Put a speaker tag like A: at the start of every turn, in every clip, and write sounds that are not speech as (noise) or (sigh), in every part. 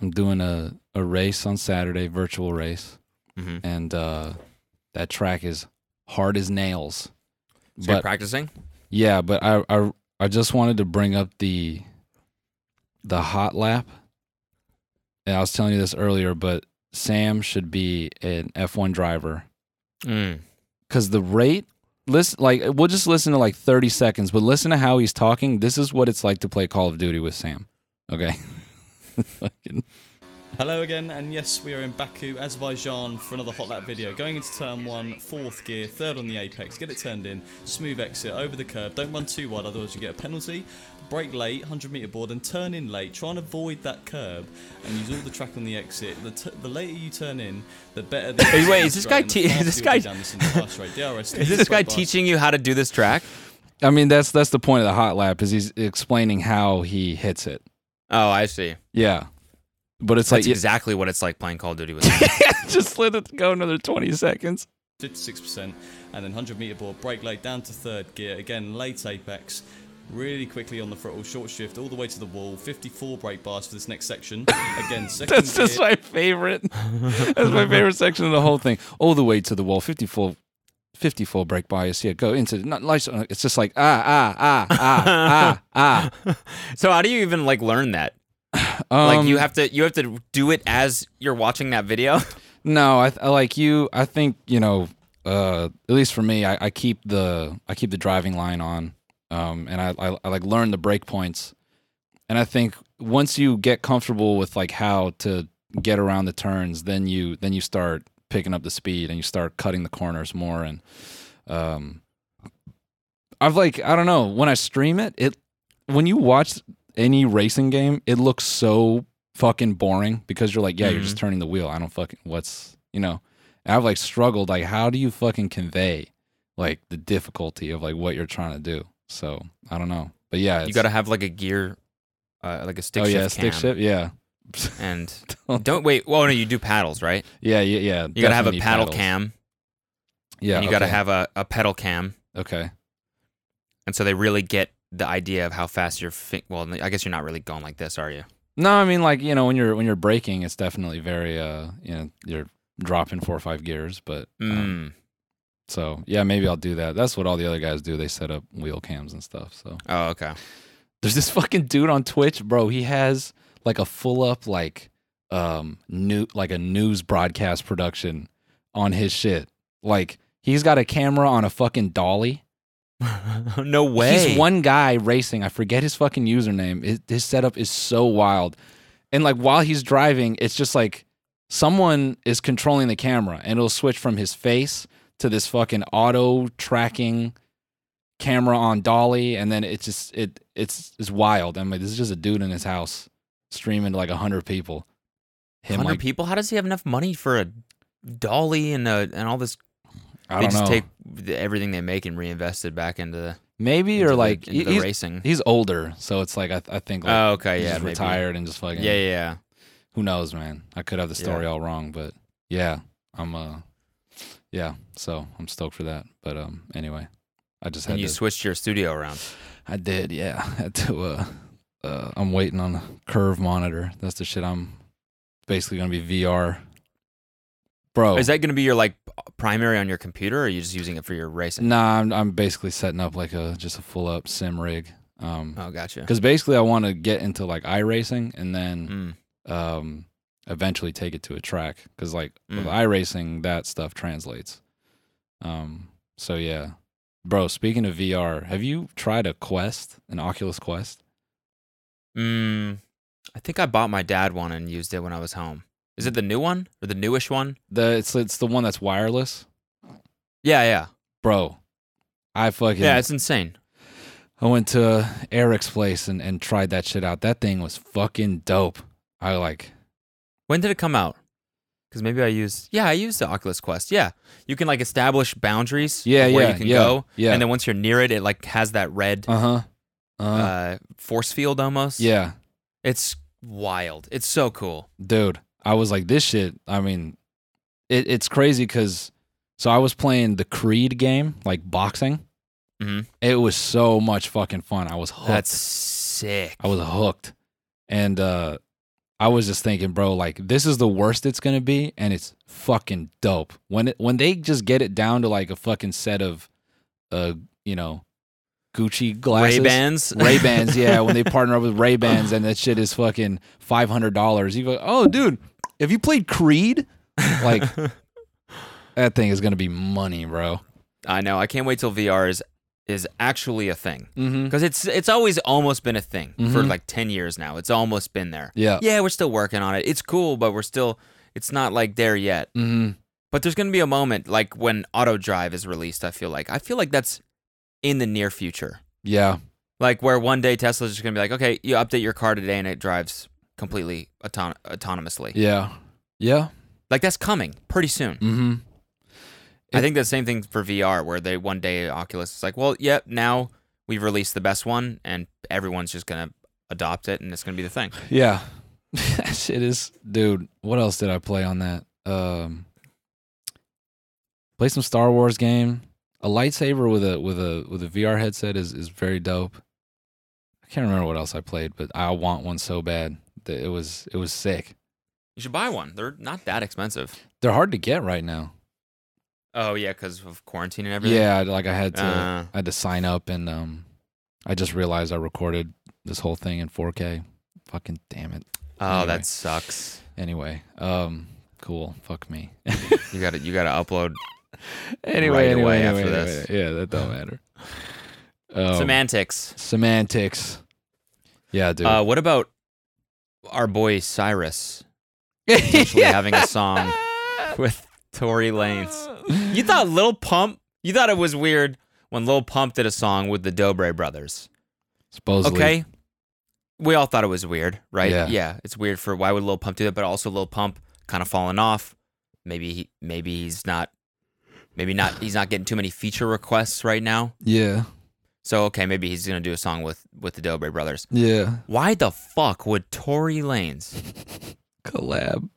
A: I'm doing a, a race on Saturday, virtual race,
B: Mm-hmm.
A: and uh, that track is hard as nails.
B: So you're
A: but
B: practicing?
A: yeah, but I, I I just wanted to bring up the the hot lap. And I was telling you this earlier, but Sam should be an F1 driver
B: Mm.
A: because the rate listen like we'll just listen to like 30 seconds but listen to how he's talking this is what it's like to play call of duty with sam okay (laughs) Fucking-
C: Hello again, and yes, we are in Baku, Azerbaijan for another hot lap video. Going into turn one, fourth gear, third on the apex, get it turned in, smooth exit, over the curb, don't run too wide, otherwise you get a penalty. Brake late, 100 meter board, and turn in late. Try and avoid that curb and use all the track on the exit. The, t- the later you turn in, the better the.
B: Hey, wait, is this guy te- is this guy- (laughs) Is this guy teaching you how to do this track?
A: i mean that's that's the point of the hot lap is he's explaining how he hits it
B: Oh, I see.
A: yeah but it's
B: That's
A: like
B: exactly what it's like playing Call of Duty with.
A: (laughs) just let it go another 20 seconds
C: 56% and then 100 meter board brake late down to third gear again late apex really quickly on the throttle short shift all the way to the wall 54 brake bars for this next section again second
A: (laughs) (laughs) that's just
C: gear,
A: my favorite that's my favorite section of the whole thing all the way to the wall 54 54 break bias yeah go into not lights on. it's just like ah ah ah (laughs) ah ah
B: so how do you even like learn that?
A: ah
B: Like
A: Um,
B: you have to you have to do it as you're watching that video.
A: No, I, I like you. I think you know. Uh, at least for me, I, I keep the I keep the driving line on, um, and I, I I like learn the break points, and I think once you get comfortable with like how to get around the turns, then you then you start picking up the speed and you start cutting the corners more, and um, I've like I don't know when I stream it, it when you watch any racing game, it looks so fucking boring because you're like, yeah, you're just turning the wheel. I don't fucking what's you know. And I've like struggled like how do you fucking convey like the difficulty of like what you're trying to do? So I don't know, but yeah,
B: you
A: it's-
B: got to have like a gear, uh, like a stick
A: oh
B: shift.
A: yeah, stick
B: cam.
A: shift, yeah, (laughs)
B: And don't wait. Well, no, you do paddles, right?
A: yeah, yeah, yeah.
B: You got to have a
A: definitely
B: paddle
A: paddles.
B: cam.
A: Yeah,
B: and you got to
A: okay,
B: have a, a pedal cam.
A: okay.
B: And so they really get the idea of how fast you're. Fi- well, I guess you're not really going like this, are you?
A: No, I mean like you know when you're when you're braking, it's definitely very uh you know you're dropping four or five gears, but um,
B: Mm.
A: so yeah, maybe I'll do that. That's what all the other guys do. They set up wheel cams and stuff. So
B: Oh,
A: (laughs)
B: okay.
A: There's this fucking dude on Twitch, bro. He has like a full up like um new like a news broadcast production on his shit. Like he's got a camera on a fucking dolly.
B: no way.
A: He's one guy racing. I forget his fucking username. His, his setup is so wild. And like while he's driving, it's just like someone is controlling the camera and it'll switch from his face to this fucking auto tracking camera on dolly and then it's just it it's it's wild. I mean, this is just a dude in his house streaming to like 100 people. Him
B: 100
A: like
B: people. How does he have enough money for a dolly and a, and all this?
A: I
B: they
A: don't
B: just
A: know.
B: take the, everything they make and reinvest it back into the
A: maybe
B: into
A: or
B: the-
A: like
B: into the
A: he's,
B: racing.
A: he's older, so it's like I, I think like
B: oh, okay,
A: he's
B: yeah,
A: just
B: maybe.
A: retired and just fucking
B: Yeah, yeah, yeah.
A: who knows, man? I could have the
B: Yeah.
A: story all wrong, but yeah, I'm uh, yeah. So I'm stoked for that. But um, anyway, I just had
B: And you
A: to.
B: switched your studio around.
A: I did, yeah. (laughs) I had to. Uh, uh, I'm waiting on a curve monitor. That's the shit. I'm basically gonna be VR, bro.
B: Is that going to be your like primary on your computer, or are you just using it for your racing?
A: Nah, I'm I'm basically setting up like a just a full up sim rig. Um,
B: Oh, gotcha.
A: because basically I want to get into like iRacing and then.
B: Mm.
A: um, eventually take it to a track because like with
B: Mm.
A: iRacing, that stuff translates. Um, so yeah, bro. Speaking of VR, have you tried a Quest, an Oculus Quest?
B: Mm. I think I bought my dad one and used it when I was home. Is it the new one or the newish one?
A: The it's it's the one that's wireless,
B: Yeah, yeah,
A: bro. I fucking
B: yeah. it's insane.
A: I went to Eric's place and and tried that shit out. That thing was fucking dope. I like
B: When did it come out? Because maybe I used. Yeah, I used the Oculus Quest. Yeah, you can like establish boundaries.
A: yeah
B: of
A: yeah
B: where you can
A: yeah
B: go.
A: yeah
B: And then once you're near it, it like has that red
A: uh-huh. uh
B: uh, force field almost.
A: yeah
B: it's wild. It's so cool.
A: dude i was like this shit i mean it, it's crazy because so i was playing the creed game like boxing
B: Mhm.
A: it was so much fucking fun i was hooked
B: That's sick.
A: i was hooked and uh I was just thinking, bro, like this is the worst it's gonna be, and it's fucking dope. When it when they just get it down to like a fucking set of, uh, you know, Gucci glasses,
B: Ray
A: (laughs)
B: Bans.
A: Ray Bans, yeah. When they partner up with Ray Bans, and that shit is fucking five hundred dollars. You go, oh, dude, have you played Creed? (laughs) Like that thing is gonna be money, bro.
B: I know. I can't wait till VR is is actually a thing
A: Mm-hmm.
B: because it's it's always almost been a thing for
A: Mhm.
B: like ten years now. It's almost been there.
A: Yeah.
B: Yeah, we're still working on it. It's cool, but we're still it's not like there yet.
A: Mm-hmm.
B: But there's gonna be a moment like when Auto Drive is released. I feel like I feel like that's in the near future.
A: Yeah.
B: Like where one day Tesla's just gonna be like, okay, you update your car today and it drives completely auton- autonomously.
A: Yeah. Yeah.
B: Like that's coming pretty soon.
A: Mm-hmm.
B: I
A: It-
B: think the same thing for VR, where they one day Oculus is like, well, yep, now we've released the best one, and everyone's just gonna adopt it, and it's gonna be the thing.
A: Yeah. (laughs) that shit is dude, what else did I play on that? Um play some Star Wars game. A lightsaber with a with a with a VR headset is is very dope. I can't remember what else I played, but I want one so bad. That it was it was sick.
B: You should buy one. They're not that expensive.
A: They're hard to get right now.
B: Oh yeah, because of quarantine and everything.
A: Yeah, like I had to
B: Uh.
A: I had to sign up and um I just realized I recorded this whole thing in 4K. Fucking damn it.
B: Oh,
A: Anyway.
B: that sucks.
A: Anyway, um cool. Fuck me.
B: You gotta you gotta upload.
A: anyway,
B: right
A: anyway, anyway,
B: away after
A: anyway.
B: this.
A: Yeah, that don't
B: (laughs)
A: matter. Um,
B: Oh. Semantics.
A: semantics. Yeah, dude. (laughs)
B: Uh, what about our boy Cyrus (laughs) potentially having
A: (laughs)
B: a song with Tory Lanez? You thought Lil Pump? You thought it was weird when Lil Pump did a song with the Dobre brothers?
A: supposedly.
B: Okay. We all thought it was weird, right?
A: Yeah.
B: it's weird for why would Lil Pump do that, but also Lil Pump kind of falling off. Maybe he, maybe he's not maybe not he's not getting too many feature requests right now.
A: Yeah,
B: So okay, maybe he's going to do a song with with the Dobre brothers.
A: yeah.
B: Why the fuck would Tory Lanez
A: Collab,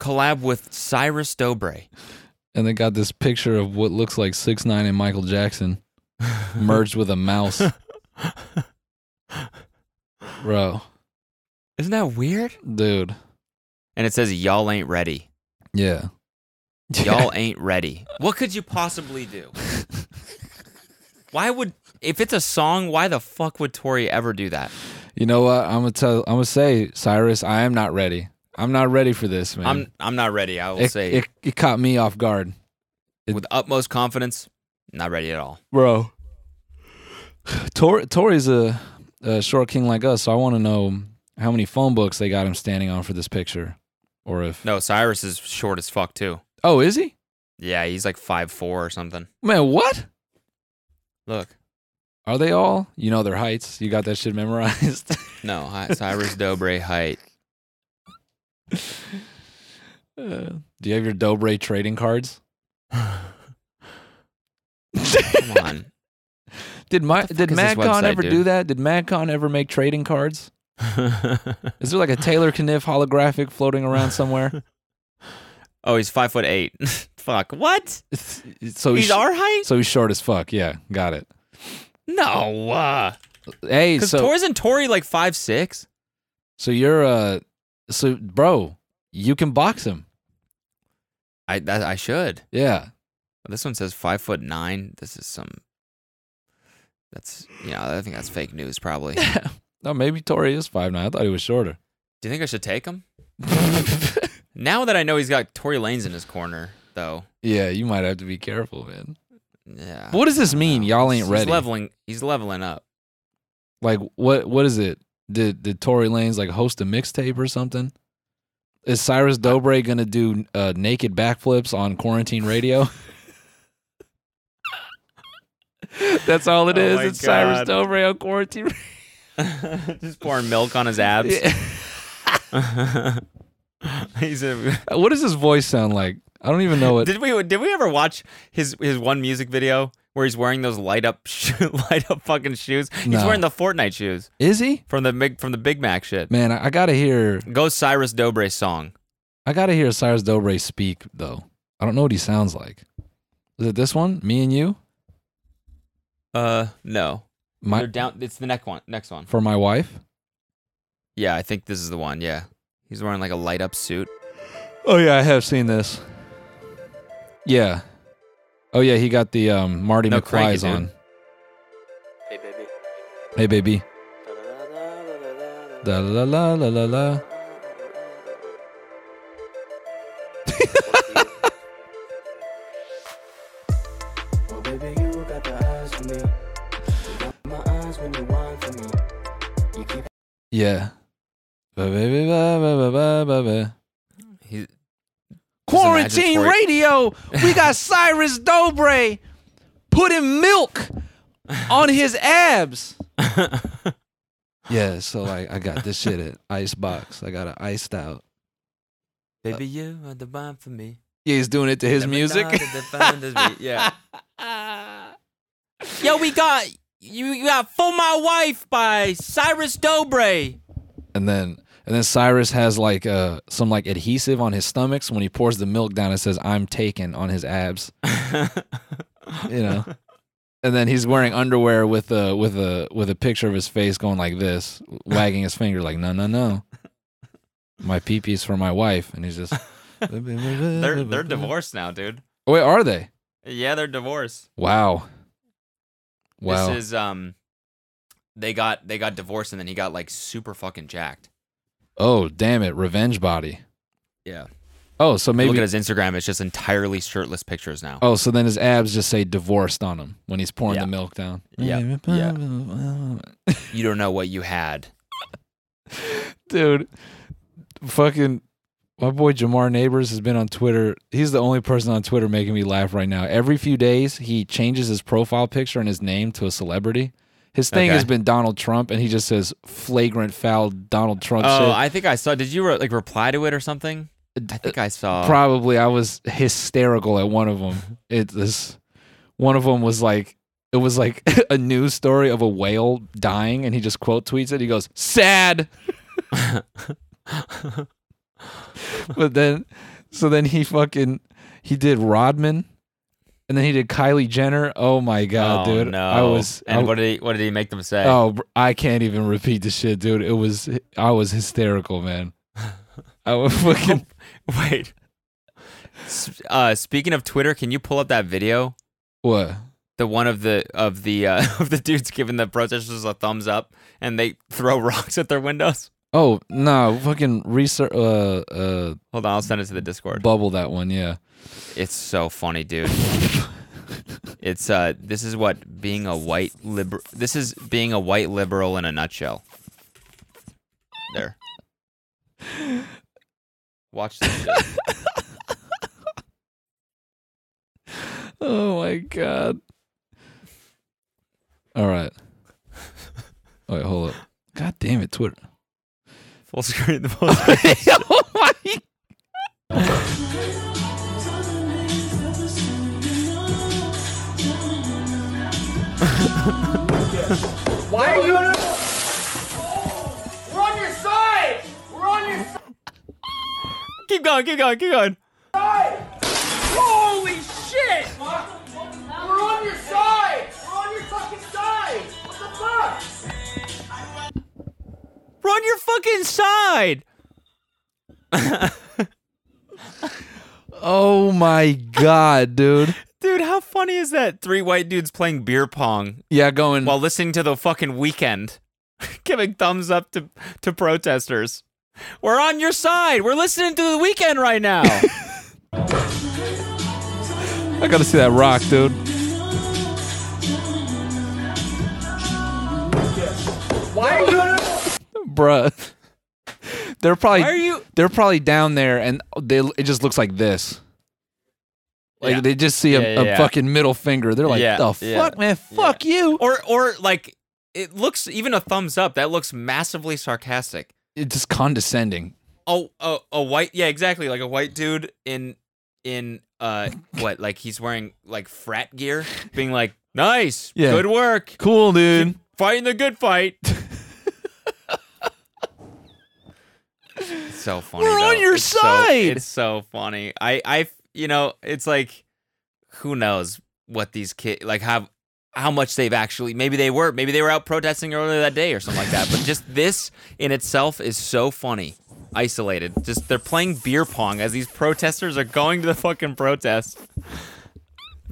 B: collab with Cyrus Dobre?
A: and they got this picture of what looks like six nine and Michael Jackson
B: (laughs)
A: merged with a mouse, bro,
B: Isn't that weird?
A: dude.
B: And it says y'all ain't ready.
A: (laughs) Yeah.
B: Y'all
A: (laughs)
B: ain't ready. What could you possibly do? Why would if it's a song, why the fuck would Tori ever do that?
A: You know what? I'm gonna tell. I'm gonna say, Cyrus, I am not ready. I'm not ready for this, man.
B: I'm I'm not ready. I will
A: it,
B: say
A: it, it caught me off guard, it-
B: with utmost confidence, not ready at all.
A: bro. Tor Tori's a, a short king like us, so I want to know how many phone books they got him standing on for this picture, or if
B: No, Cyrus is short as fuck too.
A: oh is he?
B: Yeah, he's like five four or something.
A: Man, what
B: Look,
A: are they all? You know their heights. You got that shit memorized. (laughs)
B: no, hi, Cyrus Dobre height.
A: Uh, do you have your Dobre trading cards?
B: Come on,
A: Did my
B: What the fuck
A: did
B: is this
A: MadCon
B: website,
A: ever do
B: dude?
A: that? Did MadCon ever make trading cards? Is there like a Taylor Kniff holographic floating around
B: (laughs)
A: somewhere?
B: (laughs) oh, he's five foot eight. (laughs) fuck, what?
A: so he's,
B: he's our height?
A: so he's short as fuck. Yeah, got it.
B: No, uh,
A: Hey,
B: because
A: so
B: isn't Tori like five six?
A: So you're uh so bro, you can box him.
B: I that, I should.
A: Yeah.
B: This one says five foot nine. This is some. That's you know I think that's fake news
A: (laughs)
B: probably. Do
A: No, maybe Tori is five nine. I thought he was shorter. (laughs)
B: you think I should take him? Now that I know he's got Tory Lanez in his corner though.
A: yeah, you might have to be careful, man.
B: Yeah.
A: What does this mean? Y'all ain't
B: he's
A: ready.
B: leveling. He's leveling up. (laughs)
A: Like what what is it? Did did Tory Lanez like host a mixtape or something? Is Cyrus Dobre gonna do uh, naked backflips on quarantine
B: (laughs)
A: radio? That's all it
B: Oh
A: is.
B: my
A: it's Cyrus
B: God.
A: Dobre on
B: (laughs)
A: quarantine.
B: Just pouring milk on his abs.
A: radio. (laughs)
B: (laughs) he's a.
A: what does his voice sound like? I don't even know what.
B: Did we did we ever watch his his one music video where he's wearing those light up (laughs) sho light up fucking shoes? He's
A: No.
B: wearing the Fortnite shoes
A: Is he?
B: from the Big- from the Big Mac shit.
A: Man, I, I gotta hear
B: Go Cyrus Dobre song.
A: I gotta hear Cyrus Dobre speak though. I don't know what he sounds like. Is it this one? Me and you?
B: Uh, no.
A: My
B: They're down. It's the next one. Next one.
A: for my wife?
B: Yeah, I think this is the one. Yeah. He's wearing like a light up suit.
A: Oh yeah, I have seen this. Yeah. Oh yeah, he got the um, Marty
B: No cranky,
A: McFly's
B: dude.
A: on.
D: Hey baby.
A: Hey baby.
D: Da-da-da-da-da-da-da.
A: La la la la la la.
D: (laughs) Oh baby, you got the eyes for me. You got my eyes when you whine for me. You keep
A: Yeah. Ba baby ba ba ba ba ba ba.
B: (laughs) He,
A: Quarantine
B: Just imagine Tori-
A: radio. We
B: (laughs)
A: got Cyrus Dobre putting milk on his abs. yeah, so like I got this shit at Icebox. I got it iced out.
B: Baby, you are the bomb for me.
A: Yeah, he's doing it to his music.
B: yeah. (laughs) Yo, we got you you got "For My Wife" by Cyrus Dobre.
A: and then and then Cyrus has like uh some like adhesive on his stomach. So when he pours the milk down, it says "I'm taken" on his abs. You
B: (laughs)
A: know. And then he's wearing underwear with a with a with a picture of his face going like this, wagging his finger like no no no. My pee pee's for my wife, and he's just. Oh,
B: they're they're divorced now, dude.
A: Wait, are they?
B: Yeah, they're divorced.
A: Wow. Wow.
B: This is um, they got they got divorced and then he got like super fucking jacked.
A: oh damn it! Revenge body.
B: Yeah.
A: Oh, so
B: Look
A: maybe.
B: at his Instagram; it's just entirely shirtless pictures now.
A: Oh, so then his abs just say divorced on him when he's pouring
B: Yeah.
A: the milk down.
B: Yeah. You don't know what you had.
A: dude. Fucking my boy Jamar Neighbors has been on Twitter. He's the only person on Twitter making me laugh right now. Every few days, he changes his profile picture and his name to a celebrity. His thing
B: Okay.
A: has been Donald Trump, and he just says flagrant foul Donald Trump
B: Oh,
A: shit.
B: I think I saw. Did you re- like reply to it or something? I think I saw.
A: Probably, I was hysterical at one of
B: (laughs)
A: them. It this one of them was like it was like (laughs) a news story of a whale dying, and he just quote tweets it. He goes
B: (laughs)
A: sad. but then so then he fucking he did Rodman and then he did Kylie Jenner. Oh my god,
B: Oh,
A: dude.
B: No.
A: I was
B: And
A: I,
B: what did he What did he make them say?
A: Oh, br- I can't even repeat the shit, dude. It was I was hysterical,
B: (laughs)
A: man. I was fucking
B: (laughs) Wait. S- Uh, speaking of Twitter, can you pull up that video?
A: what?
B: The one of the of the uh, (laughs) of the dudes giving the protesters a thumbs up and they throw (laughs) rocks at their windows.
A: Oh, no, fucking research uh uh
B: Hold on, I'll send it to the Discord.
A: bubble that one, yeah.
B: It's so funny, (laughs) dude. it's uh, this is what being a white liber. This is being a white liberal in a nutshell. There. Watch this. dude.
A: Oh my god. All right. Wait, hold up. God damn it, Twitter.
B: (laughs) Full screen. The full (laughs) screen.
A: oh my
E: Why are you on We're on your side! We're on your
B: keep going. Keep going. Keep going.
E: side! Holy shit! We're on your side! We're on your fucking side! What the fuck?
B: We're on your fucking side.
A: Oh my god, dude.
B: Dude, how funny is that? Three white dudes playing beer pong
A: Yeah, going
B: while listening to the fucking weekend, (laughs) giving thumbs up to, to protesters. We're on your side. We're listening to the weekend right now. (laughs)
A: I gotta see that rock, dude.
E: Why are you on
A: Bruh. They're probably
B: Why are you?
A: they're probably down there and they it just looks like this. Like
B: Yeah.
A: they just see a,
B: Yeah, yeah,
A: a
B: yeah.
A: fucking middle finger. They're like,
B: Yeah,
A: the
B: yeah,
A: fuck, man, fuck you.
B: Or or like it looks even a thumbs up that looks massively sarcastic.
A: It's just condescending.
B: Oh, a a white yeah exactly like a white dude in in uh what like he's wearing like frat gear, being like nice,
A: Yeah.
B: good work,
A: Cool, dude.
B: fighting the good fight. so funny.
A: We're on
B: though.
A: your
B: It's so-
A: side.
B: it's so funny. I, I, you know, it's like, who knows what these kids like have, how much they've actually. Maybe they were, maybe they were out protesting earlier that day or something like that. But just this in itself is so funny. isolated. Just they're playing beer pong as these protesters are going to the fucking protest.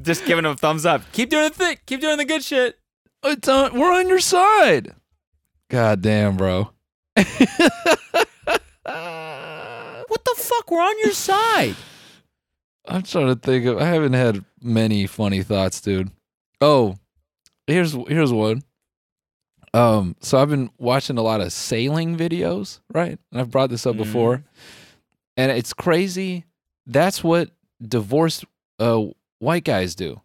B: Just giving them thumbs up. Keep doing the thing. Keep doing the good shit.
A: It's on, we're on your side. God damn, bro.
B: What the fuck? We're on your side.
A: I'm trying to think of. I haven't had many funny thoughts, dude. Oh, here's here's one. Um, so I've been watching a lot of sailing videos, right? And I've brought this up before, and it's crazy. That's what divorced uh, white guys do.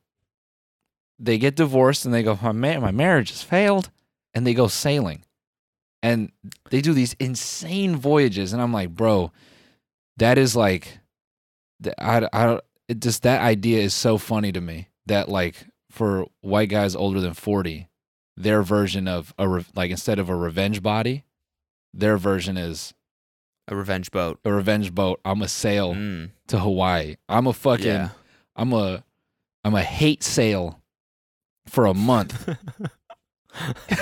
A: They get divorced and they go, my ma- my marriage has failed, and they go sailing, and they do these insane voyages. And I'm like, bro, that is like th- I, I don't- it just that idea is so funny to me that like for white guys older than 40 their version of a re- like instead of a revenge body their version is
B: A revenge boat.
A: a revenge boat i'm a sail
B: Mm.
A: to hawaii i'm a fucking
B: Yeah.
A: i'm a i'm a hate sail for a month (laughs)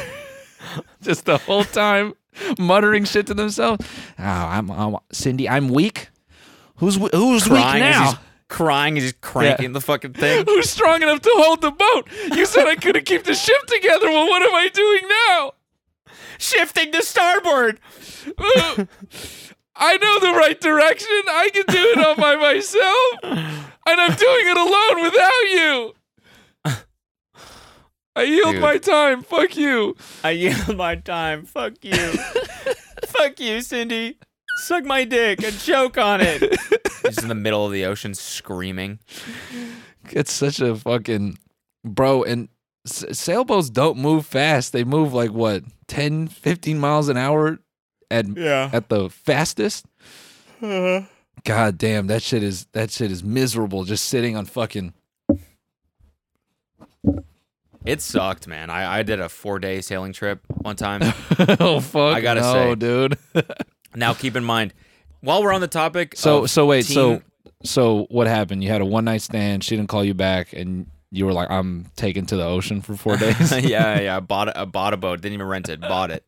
A: just the whole time muttering shit to themselves oh, I'm, I'm cindy i'm weak who's we- who's weak
B: Crying as
A: now
B: he's crying as he's cranking the fucking thing.
A: (laughs) Who's strong enough to hold the boat? You said I couldn't keep the ship together. Well, what am I doing now?
B: (laughs)
A: (laughs)
B: Shifting to starboard.
A: Uh, I know the right direction. I can do it all by myself. And I'm doing it alone without you. I yield
B: Dude.
A: my time. Fuck you.
B: I yield my time. Fuck you. (laughs) Fuck you, Cindy. Suck my dick and choke on (laughs) it. He's in the middle of the ocean screaming.
A: It's such a fucking bro. And s- sailboats don't move fast. They move like what, 10, 15 miles an hour at
B: Yeah.
A: at the fastest. God damn, that shit is that shit is miserable. Just sitting on fucking. (laughs)
B: It sucked, man. I, I did a four day sailing trip one time. (laughs)
A: oh fuck!
B: I gotta
A: no,
B: say.
A: dude.
B: now keep in mind, while we're on the topic
A: so
B: of
A: so wait so
B: team-
A: so what happened? You had a one night stand. She didn't call you back, and you were like, "I'm taken to the ocean for
B: (laughs)
A: four (laughs) days."
B: yeah, yeah. I bought a, I bought a boat. Didn't even rent it. Bought it.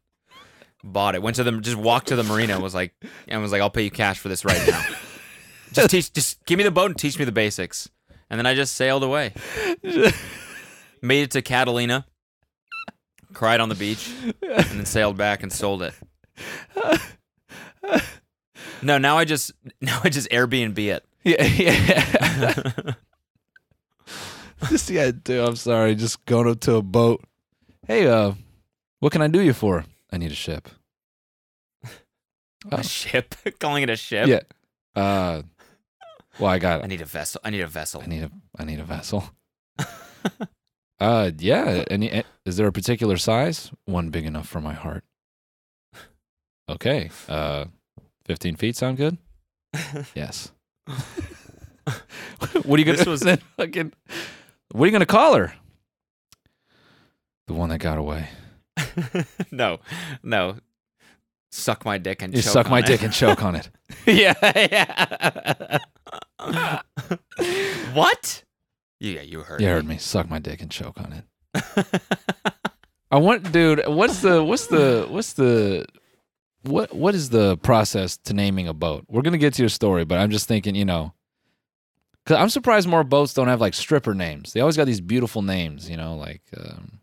B: Bought it. Went to the just walked to the marina. and Was like and was like, I'll pay you cash for this right now. just teach. Just give me the boat and teach me the basics. And then I just sailed away. Made it to Catalina. Cried on the beach, and then sailed back and sold it. No, now I just now I just Airbnb it.
A: yeah, (laughs) yeah. just yeah, dude. I'm sorry. Just going up to a boat. Hey, uh, what can I do you for? I need a ship. Oh.
B: (laughs) A ship, (laughs) calling it a ship.
A: Yeah. Uh, well, I got
B: I need a vessel. I need a vessel.
A: I need a I need a
B: (laughs)
A: vessel. uh yeah, any eh, is there a particular size? One big enough for my heart. Okay. Uh 15 feet sound good?
B: (laughs)
A: Yes. what are you gonna
B: This was-
A: then (laughs) fucking, What are you gonna call her? The one that got away.
B: no, no. Suck my dick and
A: You
B: choke
A: suck
B: on
A: my
B: it.
A: dick and choke on
B: (laughs)
A: it. yeah, yeah.
B: (laughs) what? Yeah, you heard.
A: You heard me. Suck my dick and choke on it.
B: (laughs)
A: I want, dude. What's the what's the what's the what what is the process to naming a boat? We're gonna get to your story, but I'm just thinking, you know, because I'm surprised more boats don't have like stripper names. They always got these beautiful names, you know, like um,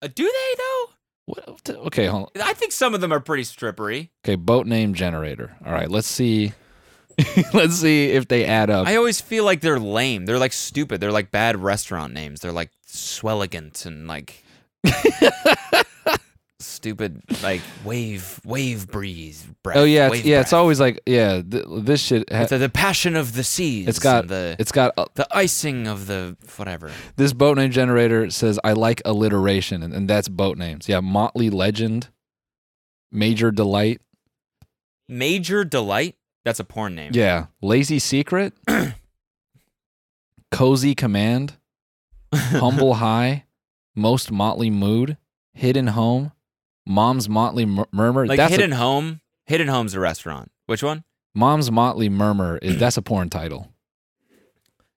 B: Uh, do they though?
A: what? Okay, hold on.
B: I think some of them are pretty strippery.
A: okay. Boat name generator. All right, let's see. (laughs) let's see if they add up.
B: I always feel like they're lame. They're like stupid. They're like bad restaurant names. They're like swelligant and like
A: (laughs)
B: stupid. Like wave, wave breeze. Breath,
A: oh yeah, it's,
B: wave
A: yeah. It's
B: breath.
A: always like yeah. Th- this shit. Ha-
B: It's the, the passion of the seas.
A: it's got
B: and the
A: it's got uh,
B: the icing of the whatever.
A: This boat name generator says, I like alliteration, and, and that's boat names. Yeah, Motley Legend, Major Delight.
B: Major delight. That's a porn name.
A: Yeah, Lazy
B: (clears throat)
A: Secret, Cozy
B: (laughs)
A: Command, Humble High, Most Motley Mood, Hidden Home, Mom's Motley Mur- Murmur.
B: Like
A: that's a-
B: Hidden Home. Hidden Home's a restaurant. Which one?
A: Mom's Motley Murmur is that's a porn title.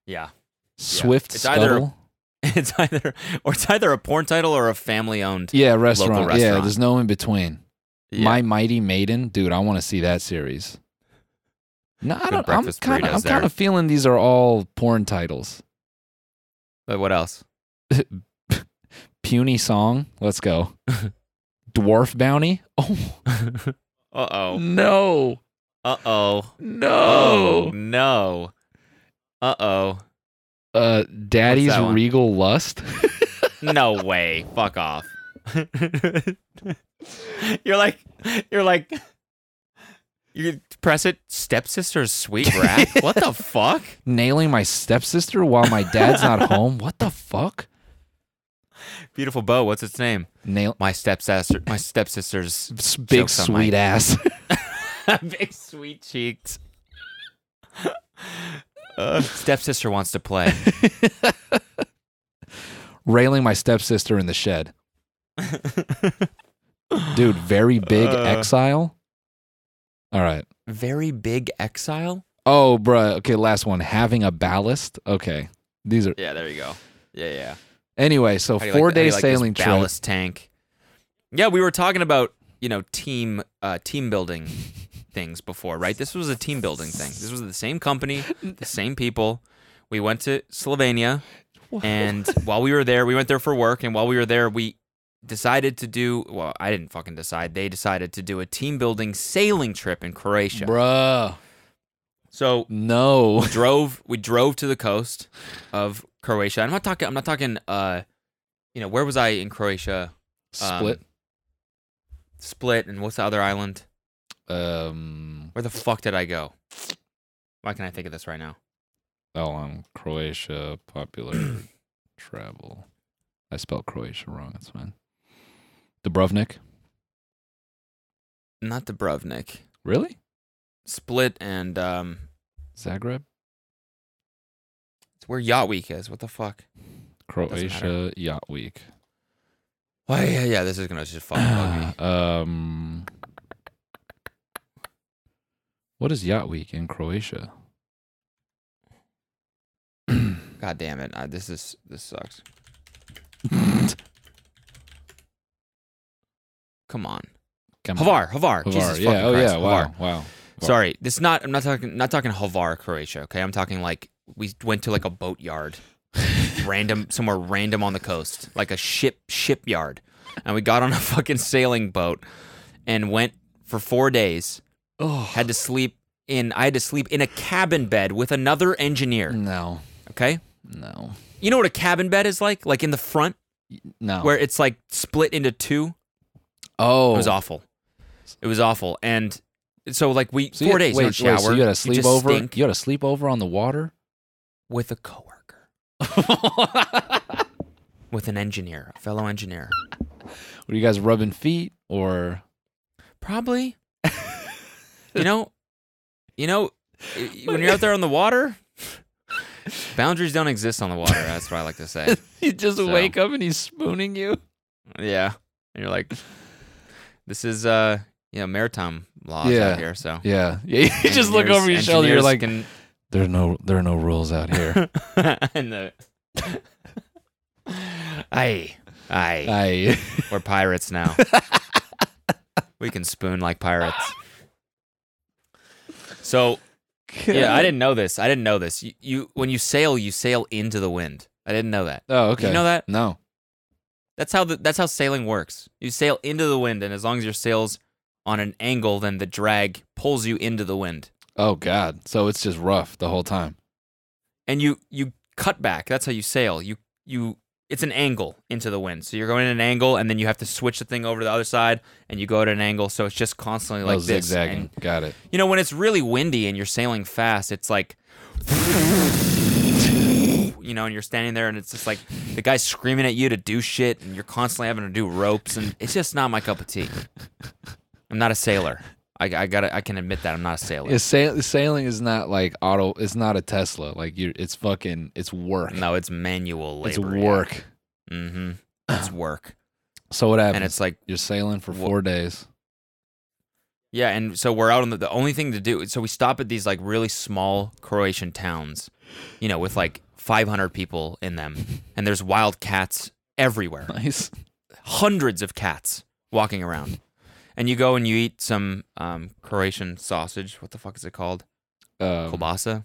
B: Yeah.
A: Swift
B: It's either-
A: Scuttle.
B: (laughs) It's either or it's either a porn title or a family owned.
A: yeah, restaurant. Yeah,
B: restaurant.
A: there's no in between. My Mighty Maiden, dude, I want to see that series. No, I
B: Good
A: don't. I'm
B: breakfast
A: kind
B: burritos
A: of, I'm
B: there.
A: kind of feeling these are all porn titles.
B: But what else?
A: Puny song, let's
B: (laughs)
A: go. Dwarf bounty. Oh
B: uh oh.
A: no,
B: Uh oh.
A: no.
B: no. Uh oh.
A: Uh, Daddy's
B: that one?
A: regal lust.
B: No way. Fuck off. (laughs) you're like, you're like, you press it.
A: (laughs)
B: Stepsister's sweet rap. what the fuck?
A: Nailing my stepsister while my dad's
B: (laughs)
A: not home. What the fuck?
B: Beautiful bow. What's its name?
A: Nail
B: My stepsister. My stepsister's
A: s- big
B: Jokes on my-
A: sweet ass.
B: (laughs) big sweet cheeks. (laughs) Uh, stepsister wants to (laughs) play.
A: Railing my stepsister in the
B: (laughs)
A: shed. Dude, very big
B: Uh.
A: exile. All right.
B: Very big exile.
A: Oh, bruh. Okay, last one. Having a ballast. Okay. These are
B: Yeah, there you go. Yeah, yeah.
A: anyway. So
B: How do you
A: four
B: like- how do
A: day
B: you like this
A: sailing trip.
B: Ballast tank. Yeah, we were talking about you know team uh, team
A: (laughs)
B: building things before, right? This was a team building thing. This was the same company, the same people. We went to Slovenia, and
A: (laughs)
B: while we were there, we went there for work, and while we were there, we decided to do. Well, I didn't fucking decide. They decided to do a team building sailing trip in Croatia.
A: Bruh.
B: So
A: No.
B: Um, drove we drove to the coast of Croatia. I'm not talking I'm not talking uh you know, where was I in Croatia? Um,
A: Split.
B: Split and what's the other island?
A: Um,
B: Where the fuck did I go? Why can I think of this right now?
A: oh, um, Croatia popular
B: (clears throat)
A: travel. I spelled Croatia wrong. That's fine. Dubrovnik.
B: Not Dubrovnik.
A: Really?
B: Split and um
A: Zagreb.
B: it's where Yacht Week is. What the fuck?
A: Croatia Yacht Week.
B: Why yeah, yeah, this is gonna just fucking
A: (sighs)
B: bug me.
A: um, what is Yacht Week in Croatia?
B: God damn it. I, this is this sucks. Come on.
A: Come on.
B: Havar, Havar.
A: Hvar,
B: Jesus
A: yeah.
B: fucking
A: Oh
B: Christ,
A: yeah.
B: Hvar.
A: Wow. Wow. Hvar.
B: Sorry, this is not. I'm not talking. Not talking Havar, Croatia. Okay, I'm talking like we went to like
A: (laughs)
B: a boatyard, random somewhere random on the coast, like a ship shipyard, and we got on a (laughs) fucking sailing boat and went for four days.
A: Oh
B: Had to sleep in. I had to sleep in a cabin bed with another engineer.
A: no.
B: Okay,
A: No.
B: you know what a cabin bed is like? Like in the front,
A: No.
B: where it's like split into two.
A: Oh.
B: It was awful. It was awful, and so like we
A: So you-
B: four days
A: Wait,
B: no shower.
A: Wait, so you had a
B: you just
A: sleepover.
B: stink
A: You had a sleepover on the water.
B: with
A: (laughs)
B: a coworker.
A: Were
B: with an engineer, a fellow engineer.
A: you guys rubbing feet or?
B: Probably. you know, you know, i- when you're out there on the water, boundaries don't exist on the water. That's what I like to say.
A: (laughs) you just
B: So. wake
A: up and he's spooning you.
B: Yeah, and you're like, this is uh, you know, maritime laws
A: Yeah.
B: out here. So
A: Yeah. (laughs) Yeah. You just look over your
B: Engineers-
A: shoulder. You're
B: engineers
A: like,
B: can-
A: there are no, there are no rules out (laughs) here.
B: (laughs)
A: (laughs)
B: and the, aye, aye,
A: I.
B: we're pirates now. we can spoon like pirates. So Yeah, I didn't know this. I didn't know this. You, you when you sail, you sail into the wind. I didn't know that.
A: Oh,
B: Did
A: okay.
B: you know that?
A: No.
B: That's how the, that's how sailing works. You sail into the wind, and as long as your sails on an angle, then the drag pulls you into the wind,
A: Oh God. So it's just rough the whole time.
B: and you you cut back. That's how you sail. You you it's an angle into the wind. So you're going at an angle, and then you have to switch the thing over to the other side, and you go at an angle. So it's just constantly like
A: oh,
B: this.
A: zigzagging.
B: And,
A: Got it.
B: you know, when it's really windy and you're sailing fast, it's like, you know, and you're standing there and it's just like the guy's screaming at you to do shit and you're constantly having to do ropes and it's just not my cup of tea. I'm not a sailor. I, I gotta, I can admit that I'm not a sailor.
A: Yeah, sail- sailing is not like auto. It's not a Tesla. Like you, it's fucking. It's work.
B: No, it's manual labor.
A: it's work. (sighs)
B: Mm-hmm. It's work.
A: So what happens?
B: and it's like,
A: You're sailing for
B: Wh-
A: four days. (laughs)
B: Yeah, and so we're out on the, the only thing to do. So we stop at these like really small Croatian towns, you know, with like 500 people in them, and there's wild cats everywhere,
A: Nice.
B: hundreds of cats walking around, and you go and you eat some um, Croatian sausage. What the fuck is it called?
A: Um,
B: Kielbasa,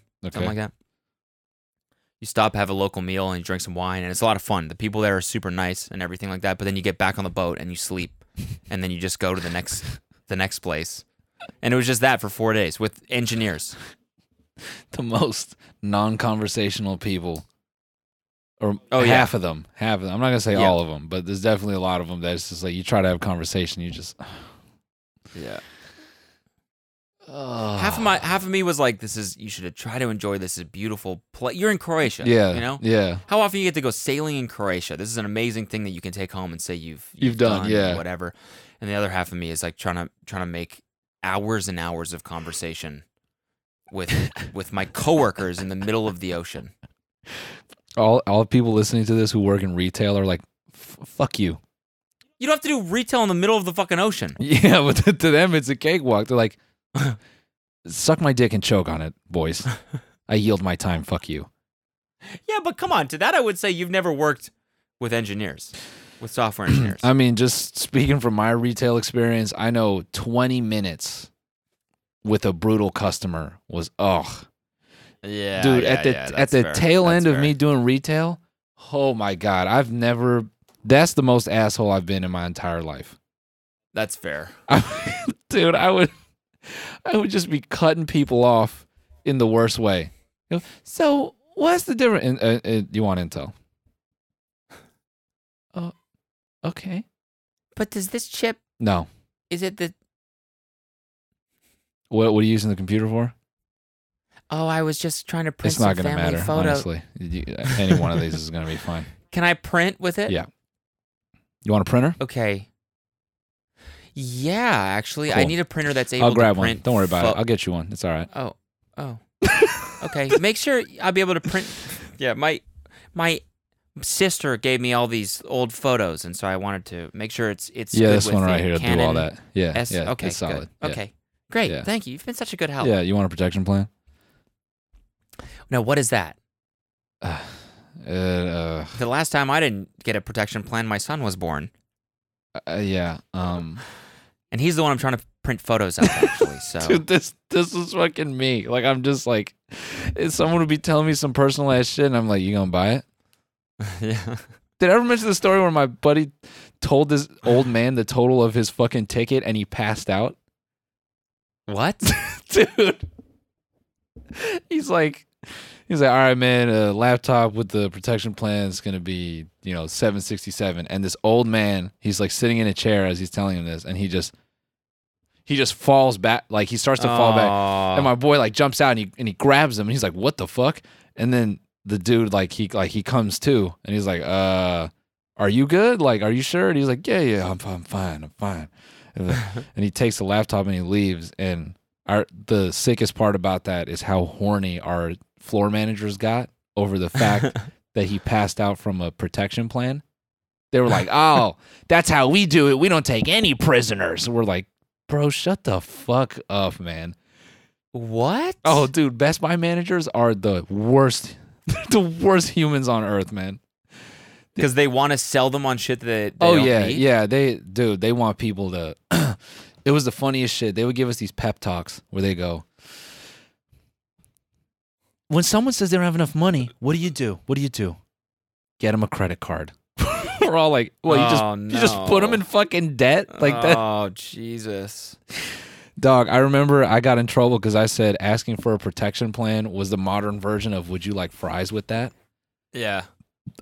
A: okay.
B: something like that. You stop, have a local meal, and you drink some wine, and it's a lot of fun. The people there are super nice and everything like that. But then you get back on the boat and
A: (laughs)
B: you sleep, and then you just go to the next the next place. And it was just that for four days with engineers.
A: the most non-conversational people or
B: Oh, yeah.
A: half of them half of them i'm not gonna say
B: Yeah.
A: all of them but there's definitely a lot of them that's just like you try to have conversation you just
B: Yeah.
A: Ugh.
B: half of my half of me was like, "This is you should try to enjoy this. This is a beautiful place. You're in Croatia,
A: yeah
B: You know
A: yeah
B: how often you get to go sailing in Croatia. This is an amazing thing that you can take home and say you've
A: You've done,
B: or
A: yeah.
B: whatever. And the other half of me is like trying to trying to make hours and hours of conversation with
A: (laughs)
B: with my coworkers in the middle of the ocean.
A: all all people listening to this who work in retail are like "F- fuck you
B: You don't have to do retail in the middle of the fucking ocean.
A: yeah (laughs) but to, to them it's a cakewalk they're like suck my dick and choke on it
B: (laughs)
A: boys i yield my time fuck you
B: Yeah, but come on, to that I would say you've never worked with engineers, with
A: (clears throat)
B: software engineers.
A: I mean, just speaking from my retail experience, I know 20 minutes with a brutal customer was oh,
B: yeah,
A: dude.
B: yeah,
A: at the
B: yeah,
A: at
B: that's
A: the
B: fair.
A: tail
B: That's
A: end of
B: fair.
A: me doing retail, oh my god, I've never. That's the most asshole I've been in my entire life,
B: That's fair.
A: (laughs) dude. I would, I would just be cutting people off in the worst way. You know, So what's the difference? And, uh, uh, you want intel?
B: Uh,
A: Oh, okay.
B: But does this chip
A: No.
B: is it the
A: What what are you using the computer for?
B: oh I was just trying to print
A: it's not
B: some
A: going to
B: family
A: matter,
B: photo.
A: honestly. You- any one of these is going to be fine.
B: Can I print with it?
A: Yeah. You want a printer?
B: Okay. Yeah, actually, I
A: Cool.
B: need a printer that's able
A: I'll grab
B: to
A: one.
B: print.
A: Don't worry about it.
B: pho-
A: I'll get you one. It's all right.
B: oh,
A: (laughs)
B: oh. okay. Make sure I'll be able to print. (laughs) Yeah, my my sister gave me all these old photos, and so I wanted to make sure it's it's
A: yeah,
B: good
A: this
B: with
A: one
B: the
A: right here will do all
B: Canon
A: that. Yeah,
B: S-
A: yeah.
B: okay,
A: it's solid.
B: good.
A: Yeah.
B: Okay, great.
A: Yeah.
B: Thank you. You've been such a good help.
A: Yeah, you want a protection plan?
B: Now, what is that?
A: Uh, uh,
B: The last time I didn't get a protection plan, my son was born.
A: uh, yeah. Um,
B: and he's the one I'm trying to print photos of actually. So
A: (laughs) dude, this this is fucking me. Like, I'm just like, if someone would be telling me some personal ass shit, and I'm like, you gonna buy it?
B: (laughs) yeah,
A: Did I ever mention the story where my buddy told this old man the total of his fucking ticket and he passed out? (laughs)
B: what?
A: dude. He's like, he's like, all right, man, a laptop with the protection plan is gonna be, you know, seven sixty seven. And this old man, he's like sitting in a chair as he's telling him this, and he just, he just falls back, like he starts to fall back.
B: Aw.
A: And my boy like jumps out and he and he grabs him, and he's like, what the fuck? And then the dude like he like he comes to, and he's like, uh, are you good? Like, are you sure? And he's like, yeah, yeah, I'm, I'm fine, I'm fine. And the- and he takes the laptop and he leaves. And our the sickest part about that is how horny our floor managers got over the fact that he passed out from a protection plan. They were like, "Oh, that's how we do it. We don't take any prisoners." We're like, "Bro, shut the fuck up, man."
B: what?
A: Oh, dude, Best Buy managers are the worst, (laughs) the worst humans on earth, man.
B: because they want to sell them on shit that. They
A: oh
B: don't
A: yeah,
B: need?
A: yeah. They dude, they want people to. (clears throat) it was the funniest shit. They would give us these pep talks where they go. When someone says they don't have enough money, what do you do? What do you do? Get them a credit card. (laughs) We're all like, well, you just
B: Oh,
A: you just put them
B: no.
A: in fucking debt like that.
B: Oh Jesus.
A: Dog, I remember I got in trouble because I said asking for a protection plan was the modern version of would you like fries with that?
B: Yeah,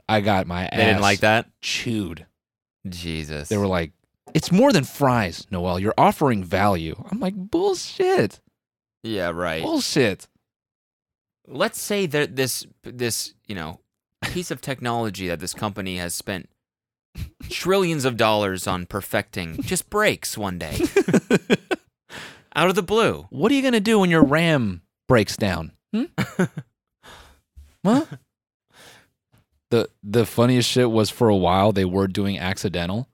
A: I got my
B: they
A: ass
B: didn't like that.
A: chewed.
B: Jesus.
A: They were like, it's more than fries, Noel. You're offering value. I'm like, bullshit.
B: yeah, right. (laughs)
A: Bullshit.
B: Let's say that this this you know piece of technology that this company has spent trillions of dollars on perfecting just breaks one
A: (laughs)
B: day out of the blue.
A: What are you going to do when your RAM breaks down?
B: (laughs)
A: Hmm? huh? The, the funniest shit was for a while they were doing accidental.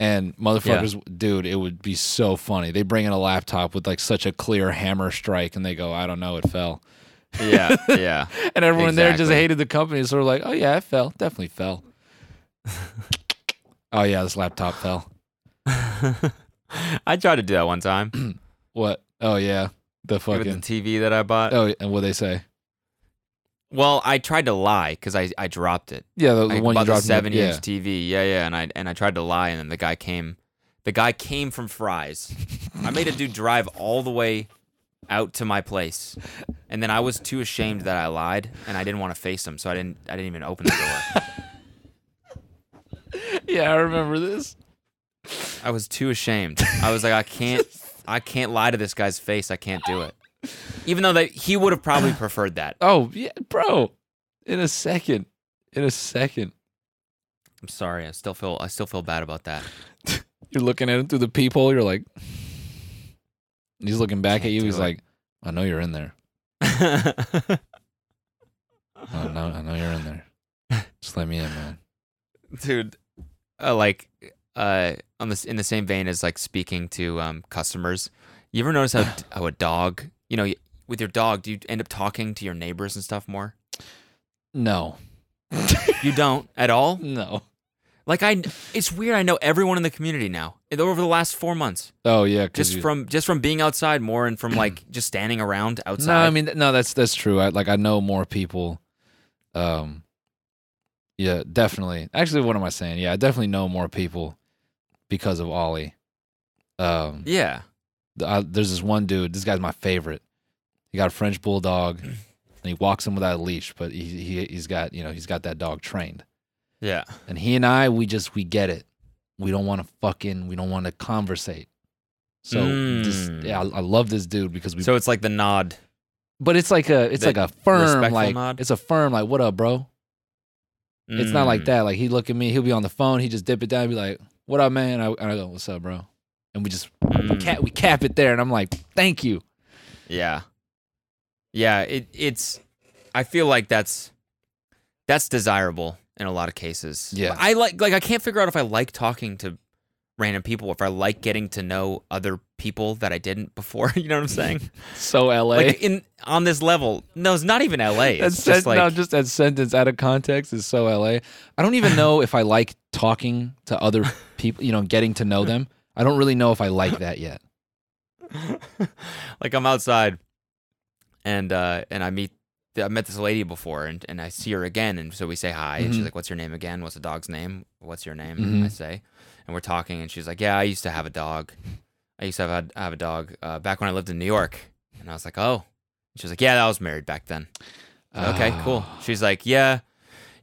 A: And motherfuckers, dude, it would be so funny. They bring in a laptop with like such a clear hammer strike and they go, I don't know, it fell.
B: Yeah, (laughs) yeah.
A: And everyone there just
B: Exactly.
A: hated the company. So we're like, oh yeah, it fell. Definitely
B: (laughs)
A: fell. oh yeah, this laptop fell.
B: I tried to do that one time
A: What? Oh yeah, the
B: with the
A: fucking.
B: TV that I bought.
A: Oh, and what they say?
B: Well, I tried to lie because I, I dropped it.
A: Yeah, the, the
B: I
A: one
B: bought
A: you dropped.
B: the
A: in the-
B: seventy
A: yeah. (laughs)
B: inch TV. Yeah, yeah, and I and I tried to lie, and then the guy came. The guy came from Fry's. I made a
A: (laughs)
B: dude drive all the way out to my place, and then I was too ashamed that I lied, and I didn't want to face him, so I didn't. I didn't even open the
A: (laughs)
B: door.
A: Yeah, I remember this.
B: I was too ashamed. I was like, I can't. I can't lie to this guy's face. I can't do it. Even though that he would have probably preferred that.
A: Oh yeah, bro. In a second. In a second.
B: I'm sorry. I still feel. I still feel bad about that. (laughs)
A: You're looking at him through the peephole. You're like, (sighs) and he's looking back at
B: Can't
A: you.
B: do
A: He's
B: it.
A: like, I know you're in there. I know, I know you're in there.
B: (laughs)
A: Just let me in, man.
B: dude uh, like uh on this in the same vein as like speaking to um customers you ever notice how,
A: (sighs)
B: d- how a dog you know y- with your dog do you end up talking to your neighbors and stuff more
A: No,
B: you don't at all
A: no.
B: like i it's weird i know everyone in the community now and over the last four months
A: Oh yeah, 'cause
B: just
A: you-
B: from just from being outside more and from like just standing around outside
A: No, I mean, th- no, that's that's true. I like I know more people. Um, yeah, definitely. Actually, what am I saying? Yeah, I definitely know more people because of Ollie. Um,
B: yeah
A: th- I, there's this one dude. This guy's my favorite. He got a French bulldog,
B: Mm.
A: and he walks him without a leash. But he, he he's got you know he's got that dog trained.
B: yeah
A: And he and I, we just we get it. We don't want to fucking. We don't want to conversate. So this,
B: Mm.
A: yeah, I, I love this dude because we
B: so it's like the nod
A: but it's like a it's
B: The
A: like a firm
B: respectful
A: like
B: nod?
A: it's a firm like what up, bro? It's not like
B: Mm.
A: that. Like he look at me, he'll be on the phone, he just dip it down, and be like, "What up, man?" And I, and I go, "What's up, bro?" And we just we
B: Mm.
A: cap we cap it there, and I'm like, "Thank you."
B: Yeah. Yeah, it it's I feel like that's that's desirable in a lot of cases.
A: Yeah.
B: I like like I can't figure out if I like talking to random people, if I like getting to know other people that I didn't before. (laughs) You know what I'm saying?
A: So LA. (laughs)
B: like in on this level. No, it's not even LA.
A: That's
B: It's just like
A: no, just that sentence out of context is so LA. I don't
B: (laughs)
A: even know if I like talking to other people, you know, getting to
B: (laughs)
A: know them. I don't really know if I like that yet.
B: like I'm outside and uh and I meet I met this lady before and, and I see her again and so we say hi and
A: Mhm.
B: she's like, What's your name again? What's the dog's name? What's your name?
A: Mhm.
B: I say. And we're talking and she's like, Yeah, I used to have a dog. I used to have a, have a dog uh, back when I lived in New York. And I was like, Oh. And she was like, Yeah, I was married back then. Okay,
A: Ah.
B: cool. She's like, yeah,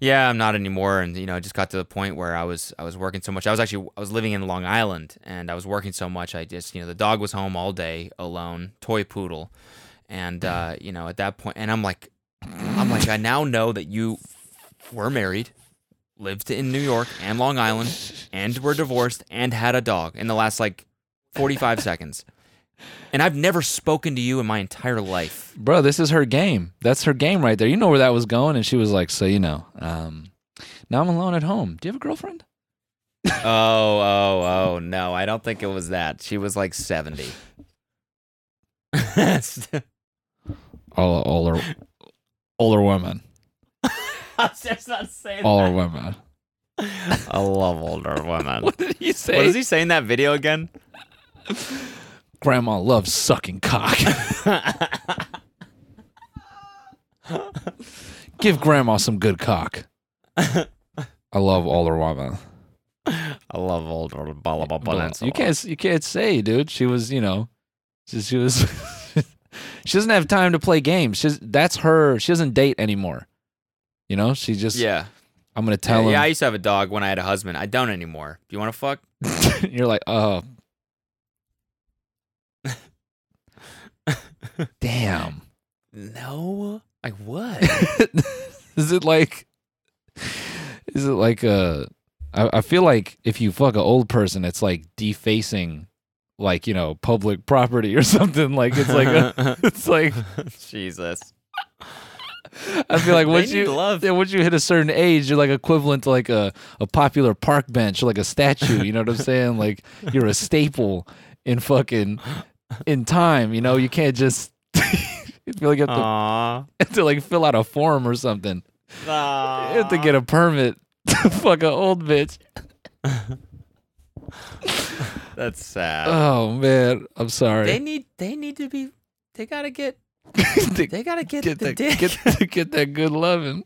B: yeah, I'm not anymore, and you know, it just got to the point where I was I was working so much. I was actually I was living in Long Island, and I was working so much. I just you know the dog was home all day alone, toy poodle, and uh, you know at that point, and I'm like, I'm like, I now know that you were married, lived in New York and Long Island, and were divorced, and had a dog in the last like 45 seconds, and I've never spoken to you in my entire life.
A: bro, this is her game. That's her game right there. You know where that was going. And she was like, so, you know, um, now I'm alone at home. Do you have a girlfriend?
B: Oh, oh, oh, no. I don't think it was that. She was like (laughs) 70. That's
A: All, all are, all are women.
B: not saying
A: All are (laughs) women.
B: Oh, I love older women. what
A: did he say?
B: does he say in that video again?
A: Grandma loves sucking (laughs) cock. Give grandma some good (laughs) cock. I love all are women.
B: I love older blah, blah, blah,
A: Balance. You can't, you can't say, dude. She was, you know, she, she was. (laughs) she doesn't have time to play games. She's that's her. She doesn't date anymore. You know, she just.
B: Yeah.
A: I'm gonna tell
B: Yeah,
A: him.
B: yeah, I used to have a dog when I had a husband. I don't anymore. You want to fuck?
A: (laughs) You're like, oh. Damn. (laughs)
B: No. Like what?
A: is it like is it like a I, I feel like if you fuck an old person, it's like defacing like, you know, public property or (laughs) something. Like it's like a,
B: (laughs)
A: it's like
B: (laughs) Jesus.
A: I feel like
B: (laughs) They
A: once
B: need
A: you
B: love.
A: yeah, once you hit a certain age, you're like equivalent to like a, a popular park bench or like a statue. You know what I'm saying? Like you're a staple in fucking in time. You know you can't just (laughs) you feel like you have to,
B: Aww.
A: have (laughs) to like fill out a form or something. You have to get (laughs) a permit to fuck an old bitch.
B: That's sad.
A: Oh man, I'm (laughs)
B: they
A: sorry.
B: need they need to be they gotta get
A: They-
B: they gotta get,
A: get
B: the
A: that
B: dick.
A: get (laughs) get that good loving.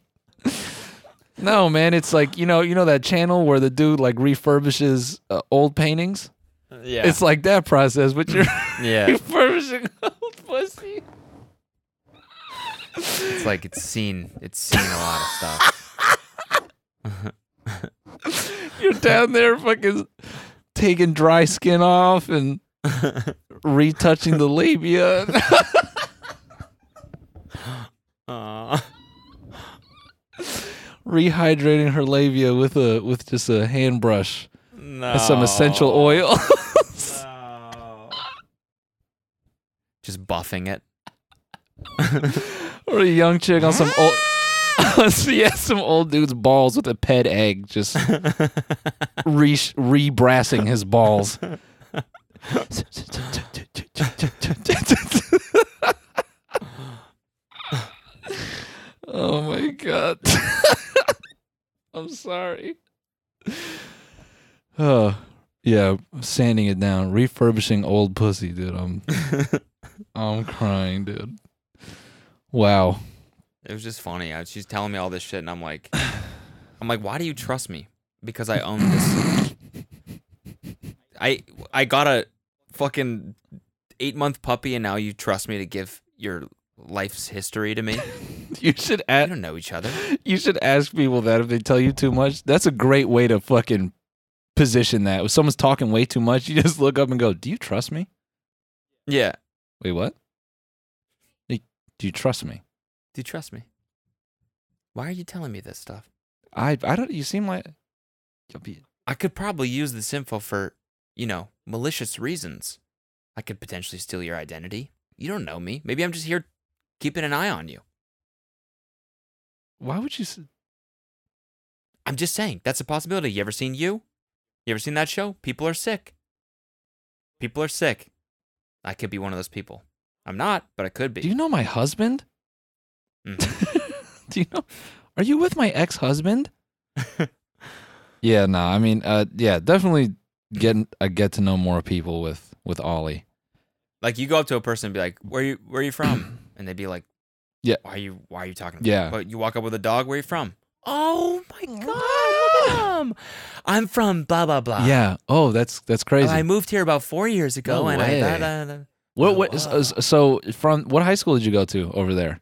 A: No man, it's like you know you know that channel where the dude like refurbishes uh, old paintings.
B: yeah.
A: It's like that process, but you're (laughs)
B: yeah.
A: refurbishing old pussy.
B: It's like it's seen it's seen a lot of stuff.
A: You're down there fucking taking dry skin off and retouching the labia. (laughs)
B: (laughs) Aw.
A: rehydrating her labia with a with just a hand brush
B: No.
A: and some essential oil. (laughs)
B: No. Just buffing it.
A: or a young chick on some old (laughs) she has some old dude's balls with a pet egg just re re-brassing his balls. (laughs) oh my god. (laughs) I'm sorry. Oh, yeah, sanding it down, refurbishing old pussy, dude. I'm I'm crying, dude. Wow.
B: It was just funny. I, she's telling me all this shit, and I'm like, I'm like, why do you trust me? Because I
A: (coughs)
B: own this. I I got a fucking eight month puppy, and now you trust me to give your life's history to me.
A: You should
B: We
A: add
B: don't know each other.
A: you should ask people that if they tell you too much. That's a great way to fucking position that. If someone's talking way too much, you (laughs) just look up and go, "Do you trust me?"
B: Yeah.
A: Wait, what? Hey, Do you trust me?
B: Do you trust me? Why are you telling me this stuff?
A: I I don't. You seem like you'll be.
B: I could probably use this info for, you know, malicious reasons. I could potentially steal your identity. You don't know me. Maybe I'm just here keeping an eye on you.
A: Why would you? s-
B: I'm just saying that's a possibility. You ever seen you? You ever seen that show? People are sick. People are sick. I could be one of those people. I'm not, but I could be. Mm.
A: Do you know my husband? (laughs) Do you know? Are you with my ex
B: (laughs)
A: husband? yeah. No. I mean, uh, yeah. Definitely get I get to know more people with with Ollie.
B: like you go up to a person and be like, "Where you where
A: (clears throat)
B: you from?" and they'd be like,
A: Yeah.
B: why are you why are you talking?" To
A: Yeah.
B: me? but you walk up with a dog. Where you from? Oh my god! look at him. I'm from blah blah blah.
A: yeah. Oh, that's that's crazy.
B: I moved here about four years ago,
A: No
B: and I uh,
A: way.
B: da, da, da.
A: What, what so, so from what high school did you go to over there?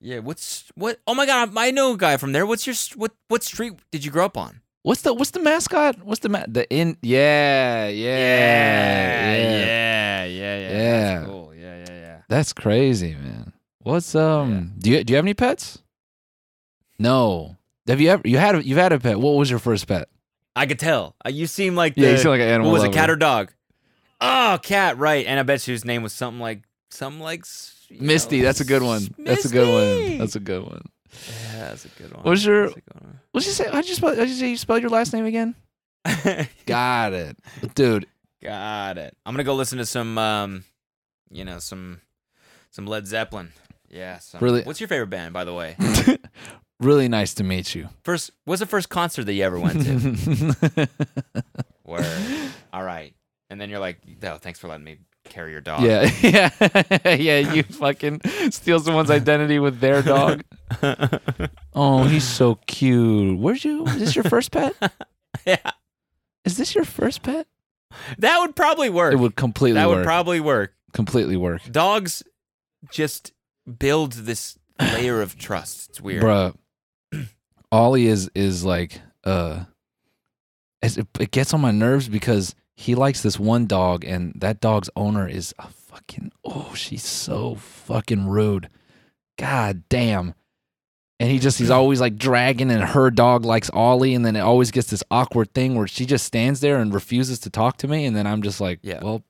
B: yeah. What's what? Oh my god! I know a guy from there. What's your st- what what street did you grow up on?
A: What's the what's the mascot? What's the ma- the in yeah, yeah, yeah.
B: yeah, yeah, yeah.
A: Yeah.
B: That's cool. Yeah, yeah, yeah.
A: That's crazy, man. What's um do you do you have any pets? No. Have you ever you had a- you've had a pet? What was your first pet?
B: I could tell. Uh, You seem like
A: Yeah, you
B: the-
A: seem like an animal
B: What was it,
A: lover.
B: cat or dog? Oh, cat, right. And I bet you his name was something like something like s- you
A: Misty,
B: know,
A: that's a good one. That's a good one.
B: Misty.
A: That's a good one.
B: yeah, that's a good one.
A: What was your-
B: That's a good one.
A: What'd you say? How'd you spell how'd you say you spelled your last name
B: (laughs)
A: again? Got it. Dude,
B: Got it. I'm gonna go listen to some, um, you know, some some Led Zeppelin. Yeah. Some,
A: Really-
B: What's your favorite band, by the way?
A: really nice to meet you.
B: First, what's the first concert that you ever
A: (laughs)
B: went to? Where? All right. And then you're like, oh, thanks for letting me carry your dog. (laughs)
A: Yeah, (laughs) yeah, yeah. You fucking steal someone's identity with their dog. (laughs) oh, he's so cute. Where'd you? Is this your first (laughs) pet?
B: yeah.
A: Is this your first pet?
B: That would probably work.
A: It would completely
B: that
A: work.
B: would probably work.
A: completely work,
B: Dogs just build this layer of trust. It's weird.
A: bruh. Ollie is is like uh, it's- it, it gets on my nerves because he likes this one dog, and that dog's owner is a fucking oh, she's so fucking rude. God damn. And he just, he's always like dragging, and her dog likes Ollie. And then it always gets this awkward thing where she just stands there and refuses to talk to me. And then I'm just like,
B: Yeah.
A: well,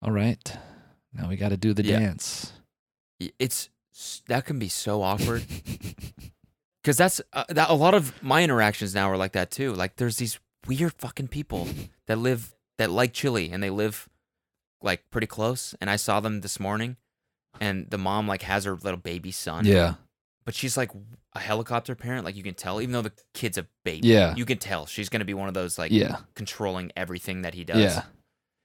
A: all right. Now we got to do the
B: Yeah. (laughs)
A: dance.
B: It's that can be so awkward because that's uh, that a lot of my interactions now are like that too. Like there's these weird fucking
A: (laughs)
B: people that live that like chili and they live like pretty close. And I saw them this morning, and the mom like has her little baby son.
A: Yeah.
B: but she's like a helicopter parent. Like you can tell, even though the kid's a baby.
A: Yeah.
B: You can tell she's gonna be one of those like
A: Yeah.
B: controlling everything that he does.
A: Yeah.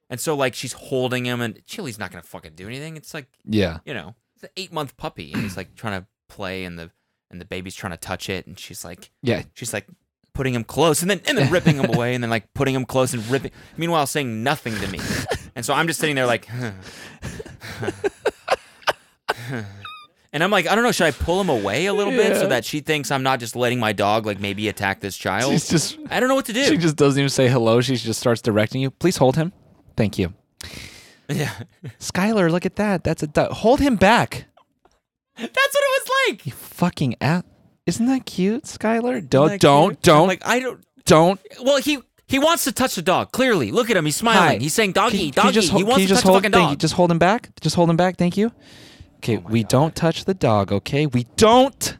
B: And so like she's holding him and Chili's not gonna fucking do anything. It's like,
A: Yeah.
B: you know, it's an eight month puppy and he's like trying to play and the and the baby's trying to touch it and she's like (laughs)
A: Yeah.
B: she's like putting him close and then and then ripping him away and then like putting him close and ripping meanwhile saying nothing to me. And so I'm just sitting there like And I'm like, I don't know, should I pull him away a little bit so that she thinks I'm not just letting my dog like maybe attack this child?
A: She's just
B: I don't know what to do.
A: she just doesn't even say hello. She just starts directing you. Please hold him. Thank you.
B: yeah.
A: Skylar, look at that. That's a duck. Hold him back.
B: That's what it was like.
A: You fucking ass. Isn't that cute, Skylar? Don't
B: Like,
A: don't
B: I'm
A: don't
B: Like I don't
A: don't.
B: Well, he he wants to touch the dog. Clearly, look at him. He's smiling.
A: Hi.
B: He's saying
A: Can-
B: doggy,
A: can
B: doggy.
A: you just
B: he
A: hold,
B: wants
A: can you
B: to
A: just
B: touch
A: hold,
B: the fucking
A: thank you.
B: dog. Oh
A: Just hold him back. Just hold him back. Thank you. Okay, we don't touch the dog. Okay, we don't.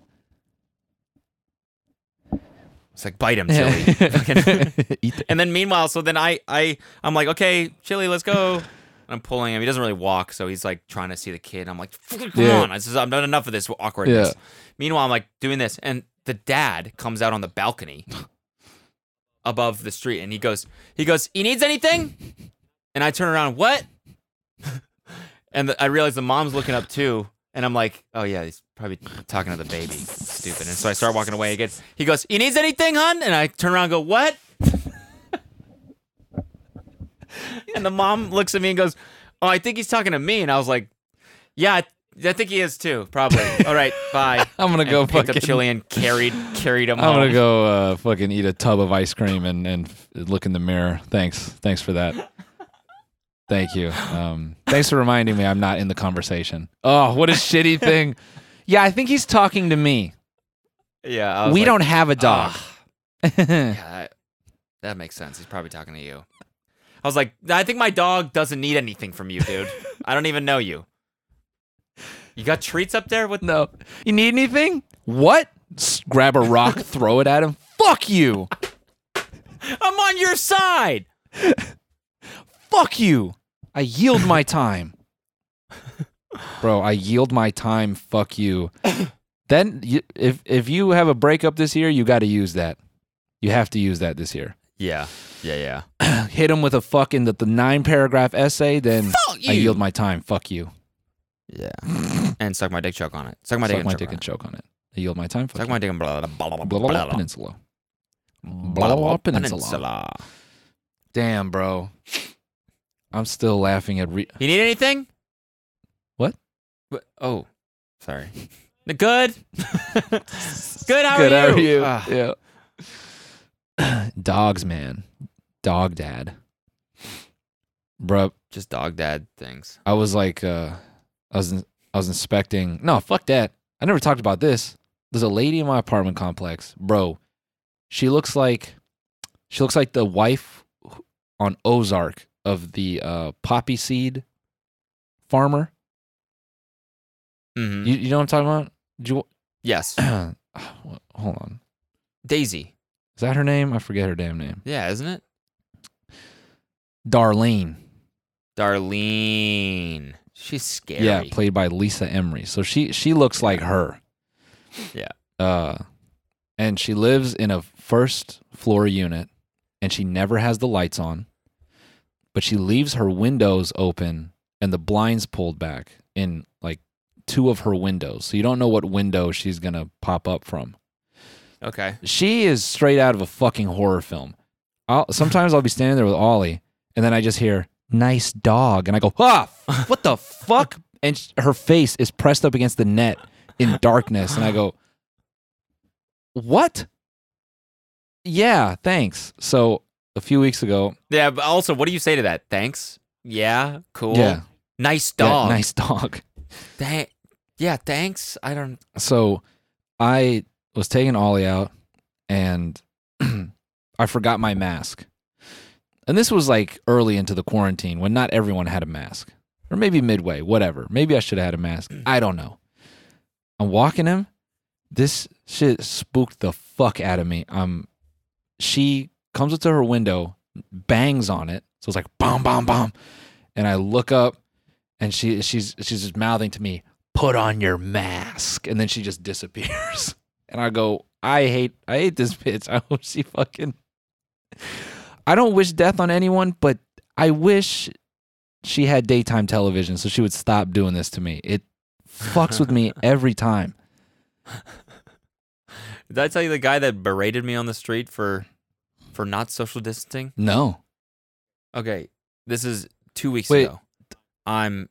B: It's like bite him,
A: (laughs)
B: Chili. Fucking- (laughs)
A: Eat the-
B: and then meanwhile, so then I I I'm like, okay, Chili, let's go. And I'm pulling him. He doesn't really walk, so he's like trying to see the kid. I'm like, "Fucking come
A: Yeah.
B: on. This is, I'm not enough of this awkwardness.
A: Yeah.
B: Meanwhile, I'm like doing this, and the dad comes out on the balcony
A: (laughs)
B: above the street, and he goes, he goes, he needs anything? And I turn around, what? and the, I realize the mom's looking up too, and I'm like, oh yeah, he's probably talking to the baby, stupid. And so I start walking away. He gets, he goes, he needs anything, hun? And I turn around, and go, what? (laughs) and the mom looks at me and goes, oh, I think he's talking to me. And I was like, yeah. I I think he is too, probably. All right, bye.
A: (laughs) I'm gonna go
B: and picked
A: fucking-
B: up Chili and carried carried him
A: I'm
B: home.
A: gonna go uh, fucking eat a tub of ice cream and and f- look in the mirror. Thanks, thanks for that. Thank you. Um, thanks for reminding me I'm not in the conversation. Oh, what a
B: (laughs)
A: shitty thing. Yeah, I think he's talking to me.
B: Yeah, I
A: We
B: was like, "Ah."
A: don't have a dog.
B: Yeah, that, Uh, that makes sense. He's probably talking to you. I was like, I think my dog doesn't need anything from you, dude. I don't even know you. You got treats up there with
A: No. You need anything? What? S- grab a rock, throw it at him. Fuck you.
B: I'm on your side.
A: Fuck you. I yield
B: (laughs)
A: my time. Bro, I yield my time. Fuck you. Then you, if if you have a breakup this year, you got to use that. You have to use that this year.
B: Yeah. Yeah, yeah.
A: Hit him with a fucking the, the nine paragraph essay, then
B: Fuck
A: I
B: you.
A: yield my time. Fuck you.
B: Yeah. (laughs) and suck my dick choke on it. Suck my dick
A: Suck
B: and
A: my
B: choke
A: dick
B: on
A: and
B: it.
A: choke on it. I yield my time. Fuck
B: Suck
A: you.
B: my dick and blah blah blah blah
A: blah, blah, blah, peninsula. Blah, blah, peninsula.
B: peninsula.
A: Damn, bro. I'm still laughing at re-
B: You need anything?
A: What?
B: What- Oh, sorry. (laughs) Good. Good. How
A: Good,
B: are you?
A: How
B: Ah.
A: are you? yeah. (clears throat) Dogs, man. Dog dad. Bro,
B: just dog dad things.
A: I was like, uh, I was, I was inspecting. No, fuck that. I never talked about this. There's a lady in my apartment complex, bro. She looks like, she looks like the wife on Ozark of the uh, poppy seed farmer.
B: Mm-hmm.
A: You, you know what I'm talking about? Do you,
B: yes,
A: (clears throat) hold on.
B: Daisy.
A: Is that her name? I forget her damn name.
B: Yeah, isn't it?
A: Darlene.
B: Darlene. She's scary.
A: Yeah, played by Lisa Emery. So she she looks like her.
B: Yeah.
A: Uh and she lives in a first floor unit and she never has the lights on. But she leaves her windows open and the blinds pulled back in like two of her windows. So you don't know what window she's going to pop up from.
B: okay.
A: she is straight out of a fucking horror film. I'll, sometimes I'll be standing there with Ollie, and then I just hear "nice dog," and I go, "Ah, f- what the fuck?" And sh- her face is pressed up against the net in darkness, and I go, "What?" Yeah, thanks. So a few weeks ago,
B: Yeah, but also, what do you say to that? Thanks. Yeah. Cool.
A: yeah,
B: Nice
A: yeah,
B: dog.
A: nice dog.
B: Tha- yeah. Thanks. I don't.
A: So I was taking Ollie out and (clears throat) I forgot my mask. And this was like early into the quarantine when not everyone had a mask, or maybe midway, whatever. Maybe I should have had a mask. I don't know. I'm walking him. This shit spooked the fuck out of me. Um, she comes up to her window, bangs on it. So it's like bomb, bomb, bomb. And I look up, and she she's she's just mouthing to me, "Put on your mask," and then she just disappears. (laughs) and I go, I hate, I hate this bitch. (laughs) I hope she fucking. I don't wish death on anyone, but I wish she had daytime television so she would stop doing this to me. It fucks with me every time.
B: Did I tell you the guy that berated me on the street for for not social distancing?
A: No,
B: Okay, this is two weeks
A: Wait.
B: ago. I'm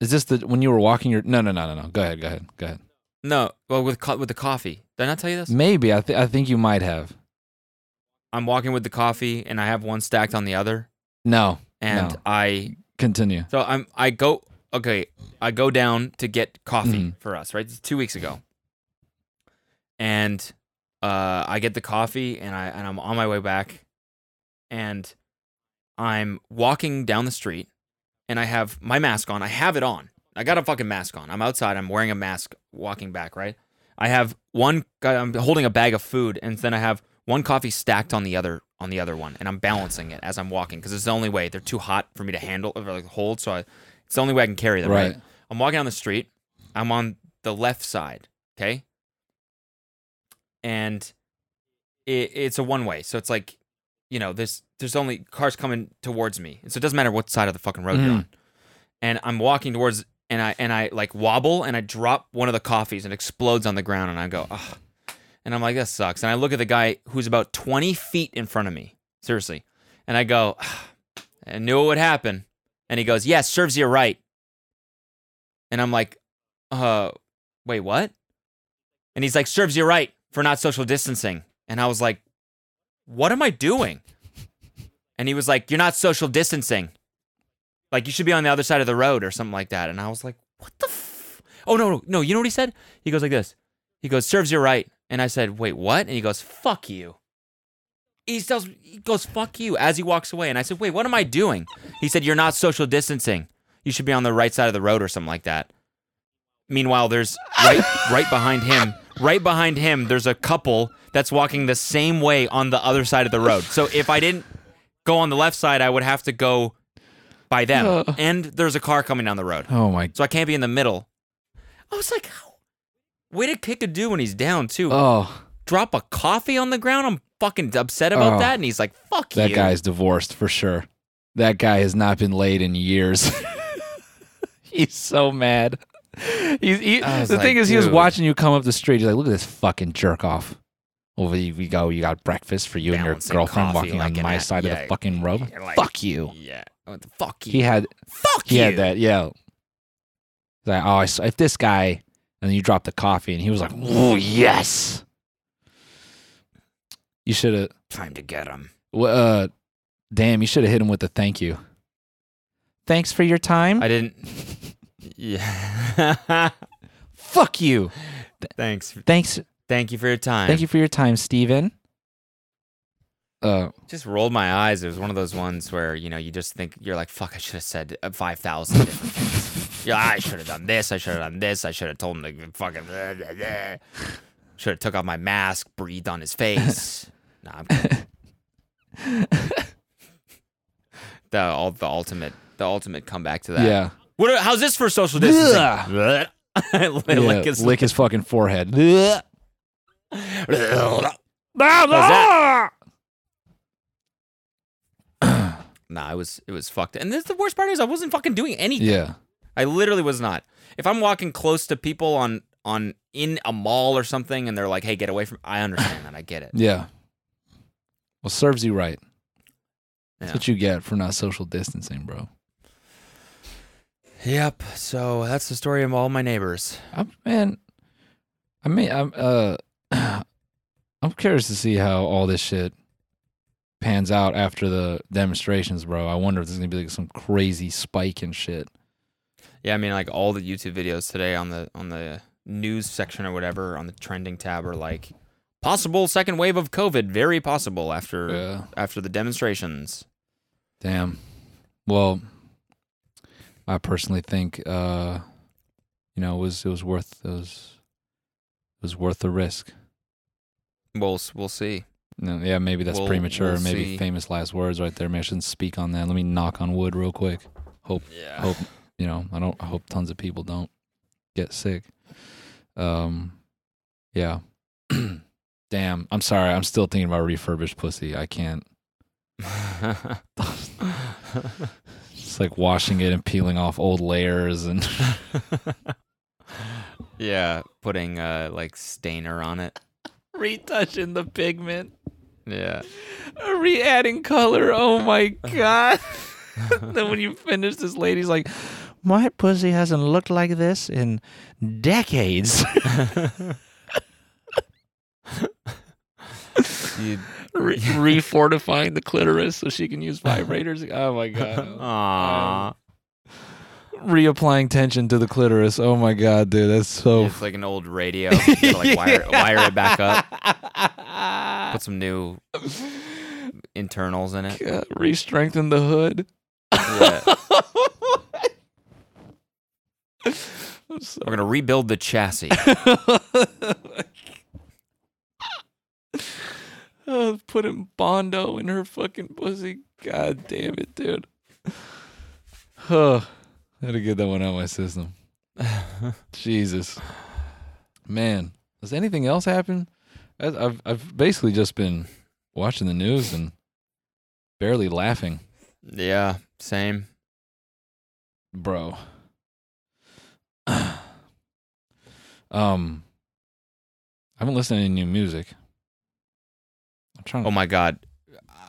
A: is this the when you were walking your? No, no, no, no, no. Go ahead, go ahead, go ahead.
B: no well with co- with the coffee. Did I not tell you this?
A: Maybe I, th- I think you might have.
B: I'm walking with the coffee and I have one stacked on the other,
A: No,
B: and
A: No.
B: I
A: continue.
B: so I'm I go okay I go down to get coffee
A: Mhm.
B: for us right. It's two weeks ago, and uh, I get the coffee and I and I'm on my way back, and I'm walking down the street, and I have my mask on. I have it on. I got a fucking mask on. I'm outside. I'm wearing a mask walking back. Right. I have one. I'm holding a bag of food, and then I have one coffee stacked on the other on the other one, and I'm balancing it as I'm walking because it's the only way. They're too hot for me to handle or like hold, so I, it's the only way I can carry them.
A: Right.
B: right. I'm walking down the street. I'm on the left side. Okay and it, it's a one way. So it's like, you know, there's there's only cars coming towards me, and so it doesn't matter what side of the fucking road you're
A: Mhm.
B: on. And I'm walking towards, and I and I like wobble, and I drop one of the coffees, and it explodes on the ground, and I go, ah, and I'm like, that sucks. And I look at the guy who's about 20 feet in front of me, seriously, and I go, ah, I knew it would happen, and he goes, yeah, serves you right. And I'm like, uh, wait, what? And he's like, serves you right for not social distancing. And I was like, what am I doing? And he was like, you're not social distancing. Like, you should be on the other side of the road or something like that. And I was like, what the f? Oh, no, no, no. You know what he said? He goes like this. He goes, serves you right. And I said, wait, what? And he goes, fuck you. He, tells, he goes, fuck you as he walks away. And I said, wait, what am I doing? He said, you're not social distancing. You should be on the right side of the road or something like that. Meanwhile, there's right right behind him, right behind him, there's a couple that's walking the same way on the other side of the road. So if I didn't go on the left side, I would have to go by them.
A: Uh.
B: And there's a car coming down the road.
A: Oh my.
B: So I can't be in the middle. I was like, how? way to kick a dude when he's down too.
A: Oh,
B: Drop a coffee on the ground. I'm fucking upset about
A: Oh.
B: that. And he's like, fuck
A: that
B: you.
A: guy's divorced for sure. That guy has not been laid in years. (laughs) He's so mad. He's, he,
B: I was
A: the thing
B: like,
A: is, he was
B: dude.
A: watching you come up the street. He's like, "Look at this fucking jerk off." Over you we go. You got breakfast for you
B: Balancing
A: and your girlfriend
B: coffee
A: walking
B: like
A: on
B: an
A: my
B: a-
A: side of
B: yeah,
A: the fucking road.
B: yeah, like-
A: Fuck you.
B: Yeah. What the fuck you.
A: He had
B: fuck
A: he
B: you.
A: had that. Yeah. He's Like, oh, I s- if this guy, and you dropped the coffee, and he was like, "Oh yes." You should have.
B: Time to get him.
A: Well, uh, damn, you should have hit him with a thank you. Thanks for your time.
B: I didn't.
A: (laughs)
B: (laughs) Yeah. (laughs)
A: Fuck you.
B: Thanks.
A: Thanks.
B: Thank you for your time.
A: Thank you for your time, Steven. Uh,
B: Just rolled my eyes. It was one of those ones where you know you just think you're like, "Fuck! I should have said uh, five thousand different things. (laughs) Yeah, I should have done this. I should have done this. I should have told him to fucking. uh, Should have took off my mask, breathed on
A: (laughs)
B: his face. nah, I'm kidding. (laughs) the all the ultimate the ultimate comeback to that. (laughs)
A: yeah.
B: What? are- how's this for social distancing? (laughs) Like
A: yeah,
B: it's-
A: lick his fucking
B: (laughs)
A: forehead. Ugh.
B: that? (coughs) Nah, it was it was fucked. And this, the worst part is I wasn't fucking doing anything.
A: yeah.
B: I literally was not. If I'm walking close to people on on in a mall or something, and they're like, "Hey, get away from," I understand that. I get it.
A: Yeah. Well, serves you right. That's
B: Yeah.
A: what you get for not social distancing, bro.
B: (coughs) Yep. So that's the story of all my neighbors.
A: i man, I mean, I'm uh, (clears throat) I'm curious to see how all this shit pans out after the demonstrations, bro. I wonder if there's gonna be like some crazy spike and shit.
B: Yeah, I mean, like all the YouTube videos today on the on the news section or whatever on the trending tab are like possible second wave of COVID, very possible after
A: Yeah.
B: after the demonstrations.
A: Damn. Well, I personally think, uh, you know, it was it was worth it was it was worth the risk.
B: We'll s- we'll see.
A: No, yeah, maybe that's
B: We'll-
A: premature.
B: we'll
A: maybe
B: see.
A: famous last words right there. Maybe I shouldn't speak on that. Let me knock on wood real quick. Hope
B: Yeah.
A: hope you know i don't I hope tons of people don't get sick um yeah (clears throat) Damn, I'm sorry. I'm still thinking about refurbished pussy. I
B: (laughs)
A: can't. It's like washing it and peeling off old layers and
B: yeah, putting uh like stainer on it.
A: retouching the pigment,
B: Yeah.
A: re-adding color. Oh my god! (laughs) then when you finish, this lady's like, "My pussy hasn't looked like this in decades." (laughs)
B: You
A: Re- refortifying the clitoris so she can use vibrators. Oh my (laughs) god!
B: Aw.
A: Reapplying tension to the clitoris. Oh my god, dude, that's so.
B: It's like an
A: (laughs)
B: old radio. You gotta like wire, it- wire it back up.
A: (laughs)
B: Put some new internals in it.
A: God, uh, re-strengthen the hood.
B: Yeah.
A: I'm (laughs) so-
B: We're gonna rebuild
A: (laughs)
B: the chassis.
A: oh, putting Bondo in her fucking pussy. God damn it, dude. Huh. (sighs) I had to get that one out of my
B: (laughs)
A: system. Jesus. Man, does anything else happen? I- I've I've basically just been watching the news and barely laughing,
B: yeah, same.
A: bro. (sighs) um, I haven't listened to any new music. I'm trying.
B: Oh
A: To,
B: my god.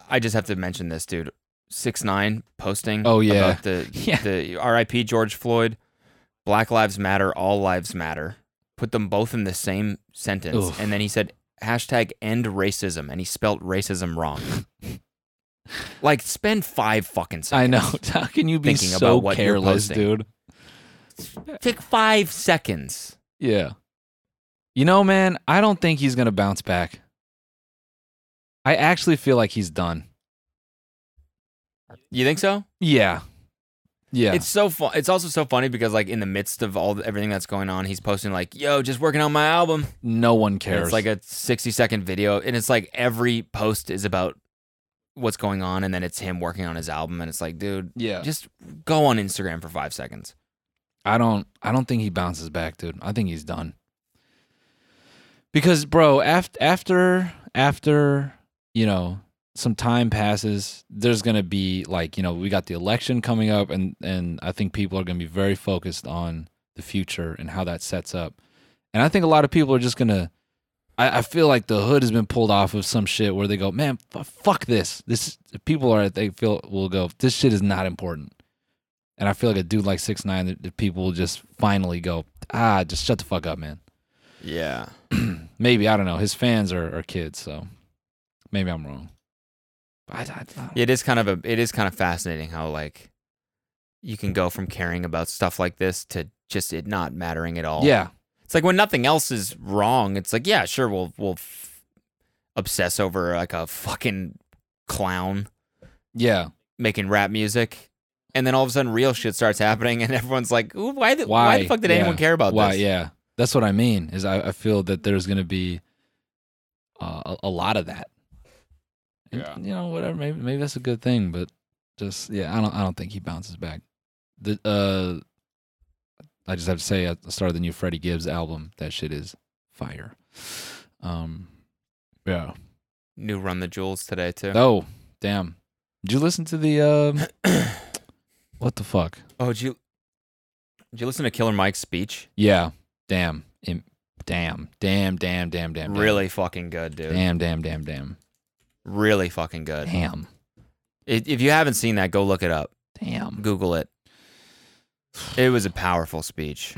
B: I just have to mention this, dude. Six nine posting.
A: Oh, yeah.
B: About the
A: (laughs) Yeah.
B: the R.I.P. George Floyd. Black lives matter. All lives matter. Put them both in the same sentence,
A: Oof.
B: and then he said hashtag end racism, and he spelt racism
A: (laughs)
B: wrong. like spend five fucking seconds.
A: I know. (laughs) How can you be
B: Thinking
A: so
B: about what you're
A: careless,
B: posting.
A: dude?
B: Take five seconds.
A: Yeah. You know, man, I don't think he's gonna bounce back. I actually feel like he's done.
B: You think so?
A: Yeah. Yeah.
B: It's so fun. It's also so funny because like in the midst of all the, everything that's going on, he's posting like, "Yo, just working on my album."
A: no one
B: And
A: cares.
B: It's like a 60 second video, and it's like every post is about what's going on, and then it's him working on his album, and it's like, dude,
A: yeah.
B: just go on Instagram for five seconds.
A: I don't I don't think he bounces back, dude. I think he's done. Because bro, after after after, you know, some time passes, there's going to be like, you know, we got the election coming up and and I think people are going to be very focused on the future and how that sets up. And I think a lot of people are just going to I, I feel like the hood has been pulled off of some shit where they go, man, f- fuck this. This people are they feel will go, this shit is not important. And I feel like a dude like six nine, that that people will just finally go, ah, just shut the fuck up, man.
B: Yeah.
A: Maybe I don't know. His fans are, are kids, so maybe I'm wrong. But I, I, I don't-
B: It is kind of a it is kind of fascinating how like you can go from caring about stuff like this to just it not mattering at all.
A: yeah,
B: It's like when nothing else is wrong, it's like, yeah, sure, we'll we'll f- obsess over like a fucking clown
A: yeah.
B: making rap music. And then all of a sudden, real shit starts happening, (laughs) and everyone's like, Ooh, why, the, (laughs) why?
A: Why?
B: the fuck did
A: Yeah.
B: anyone care about
A: Why?
B: this?
A: Yeah, that's what I mean. Is I, I feel that there's gonna be uh, a, a lot of that. And,
B: Yeah.
A: you know, whatever. Maybe maybe that's a good thing, but just yeah, I don't I don't think he bounces back. The uh, I just have to say, at the start of the new Freddie Gibbs album, that shit is fire. Um, yeah.
B: New Run the Jewels today, too.
A: Oh, damn. Did you listen to the um? what the fuck?
B: Oh, did you, did you listen to Killer Mike's speech?
A: Yeah. Damn. Im- damn. Damn. Damn. Damn. Damn. damn.
B: Really fucking good, dude.
A: Damn, damn, damn, damn.
B: Really fucking good.
A: Damn.
B: If if you haven't seen that, go look it up.
A: Damn.
B: Google it. It was a
A: (clears throat)
B: powerful speech.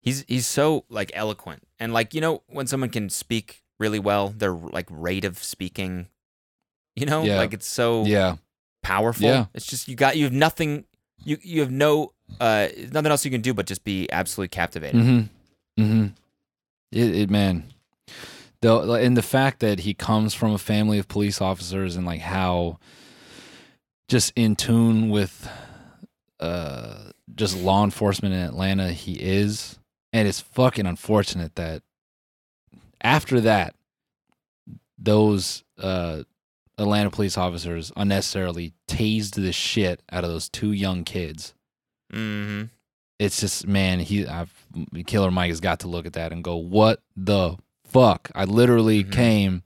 B: He's he's so like eloquent and like you know when someone can speak really well, their like rate of speaking, you know,
A: Yeah.
B: like it's so
A: Yeah.
B: powerful.
A: Yeah.
B: It's just you got you have nothing, you you have no uh nothing else you can do but just be absolutely captivated.
A: Mm-hmm. Mm-hmm. It, it man. The and the fact that he comes from a family of police officers and like how just in tune with uh just law enforcement in Atlanta he is. And it's fucking unfortunate that after that those uh Atlanta police officers unnecessarily tased the shit out of those two young kids
B: Mm-hmm.
A: it's just man, he I've, Killer Mike has got to look at that and go, what the fuck. I literally came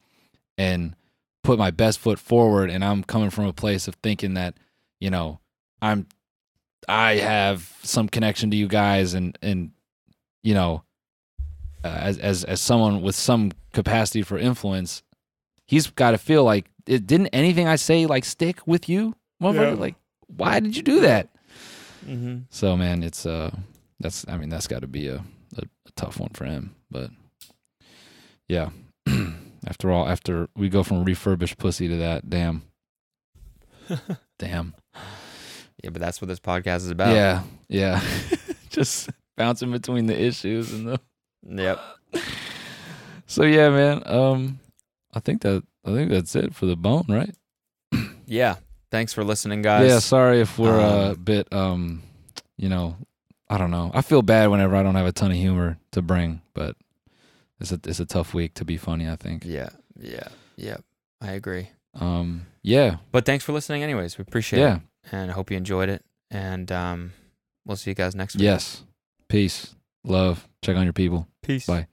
A: and put my best foot forward and I'm coming from a place of thinking that, you know, I'm I have some connection to you guys and and you know, uh, as as as someone with some capacity for influence, he's got to feel like it didn't anything I say like stick with you, motherfucker. Like, why did you do that?
B: Mm-hmm.
A: So man, it's uh, that's I mean that's got to be a, a a tough one for him. But yeah, (clears throat) after all, after we go from refurbished pussy to that, damn, damn,
B: Yeah, but that's what this podcast is about.
A: yeah, yeah, (laughs) just bouncing between the issues and the.
B: Yep.
A: So yeah, man. Um, I think that I think that's it for the bone, right? (clears throat)
B: Yeah. Thanks for listening, guys.
A: Yeah, sorry if we're uh,
B: Um,
A: a bit, um, you know, I don't know. I feel bad whenever I don't have a ton of humor to bring, but it's a it's a tough week to be funny. I think.
B: Yeah. Yeah. Yeah. I agree.
A: Um, yeah,
B: But thanks for listening, anyways. We appreciate
A: yeah,
B: it. And I hope you enjoyed it. And um, we'll see you guys next week.
A: yes. Peace, love. Check on your people.
B: Peace.
A: Bye.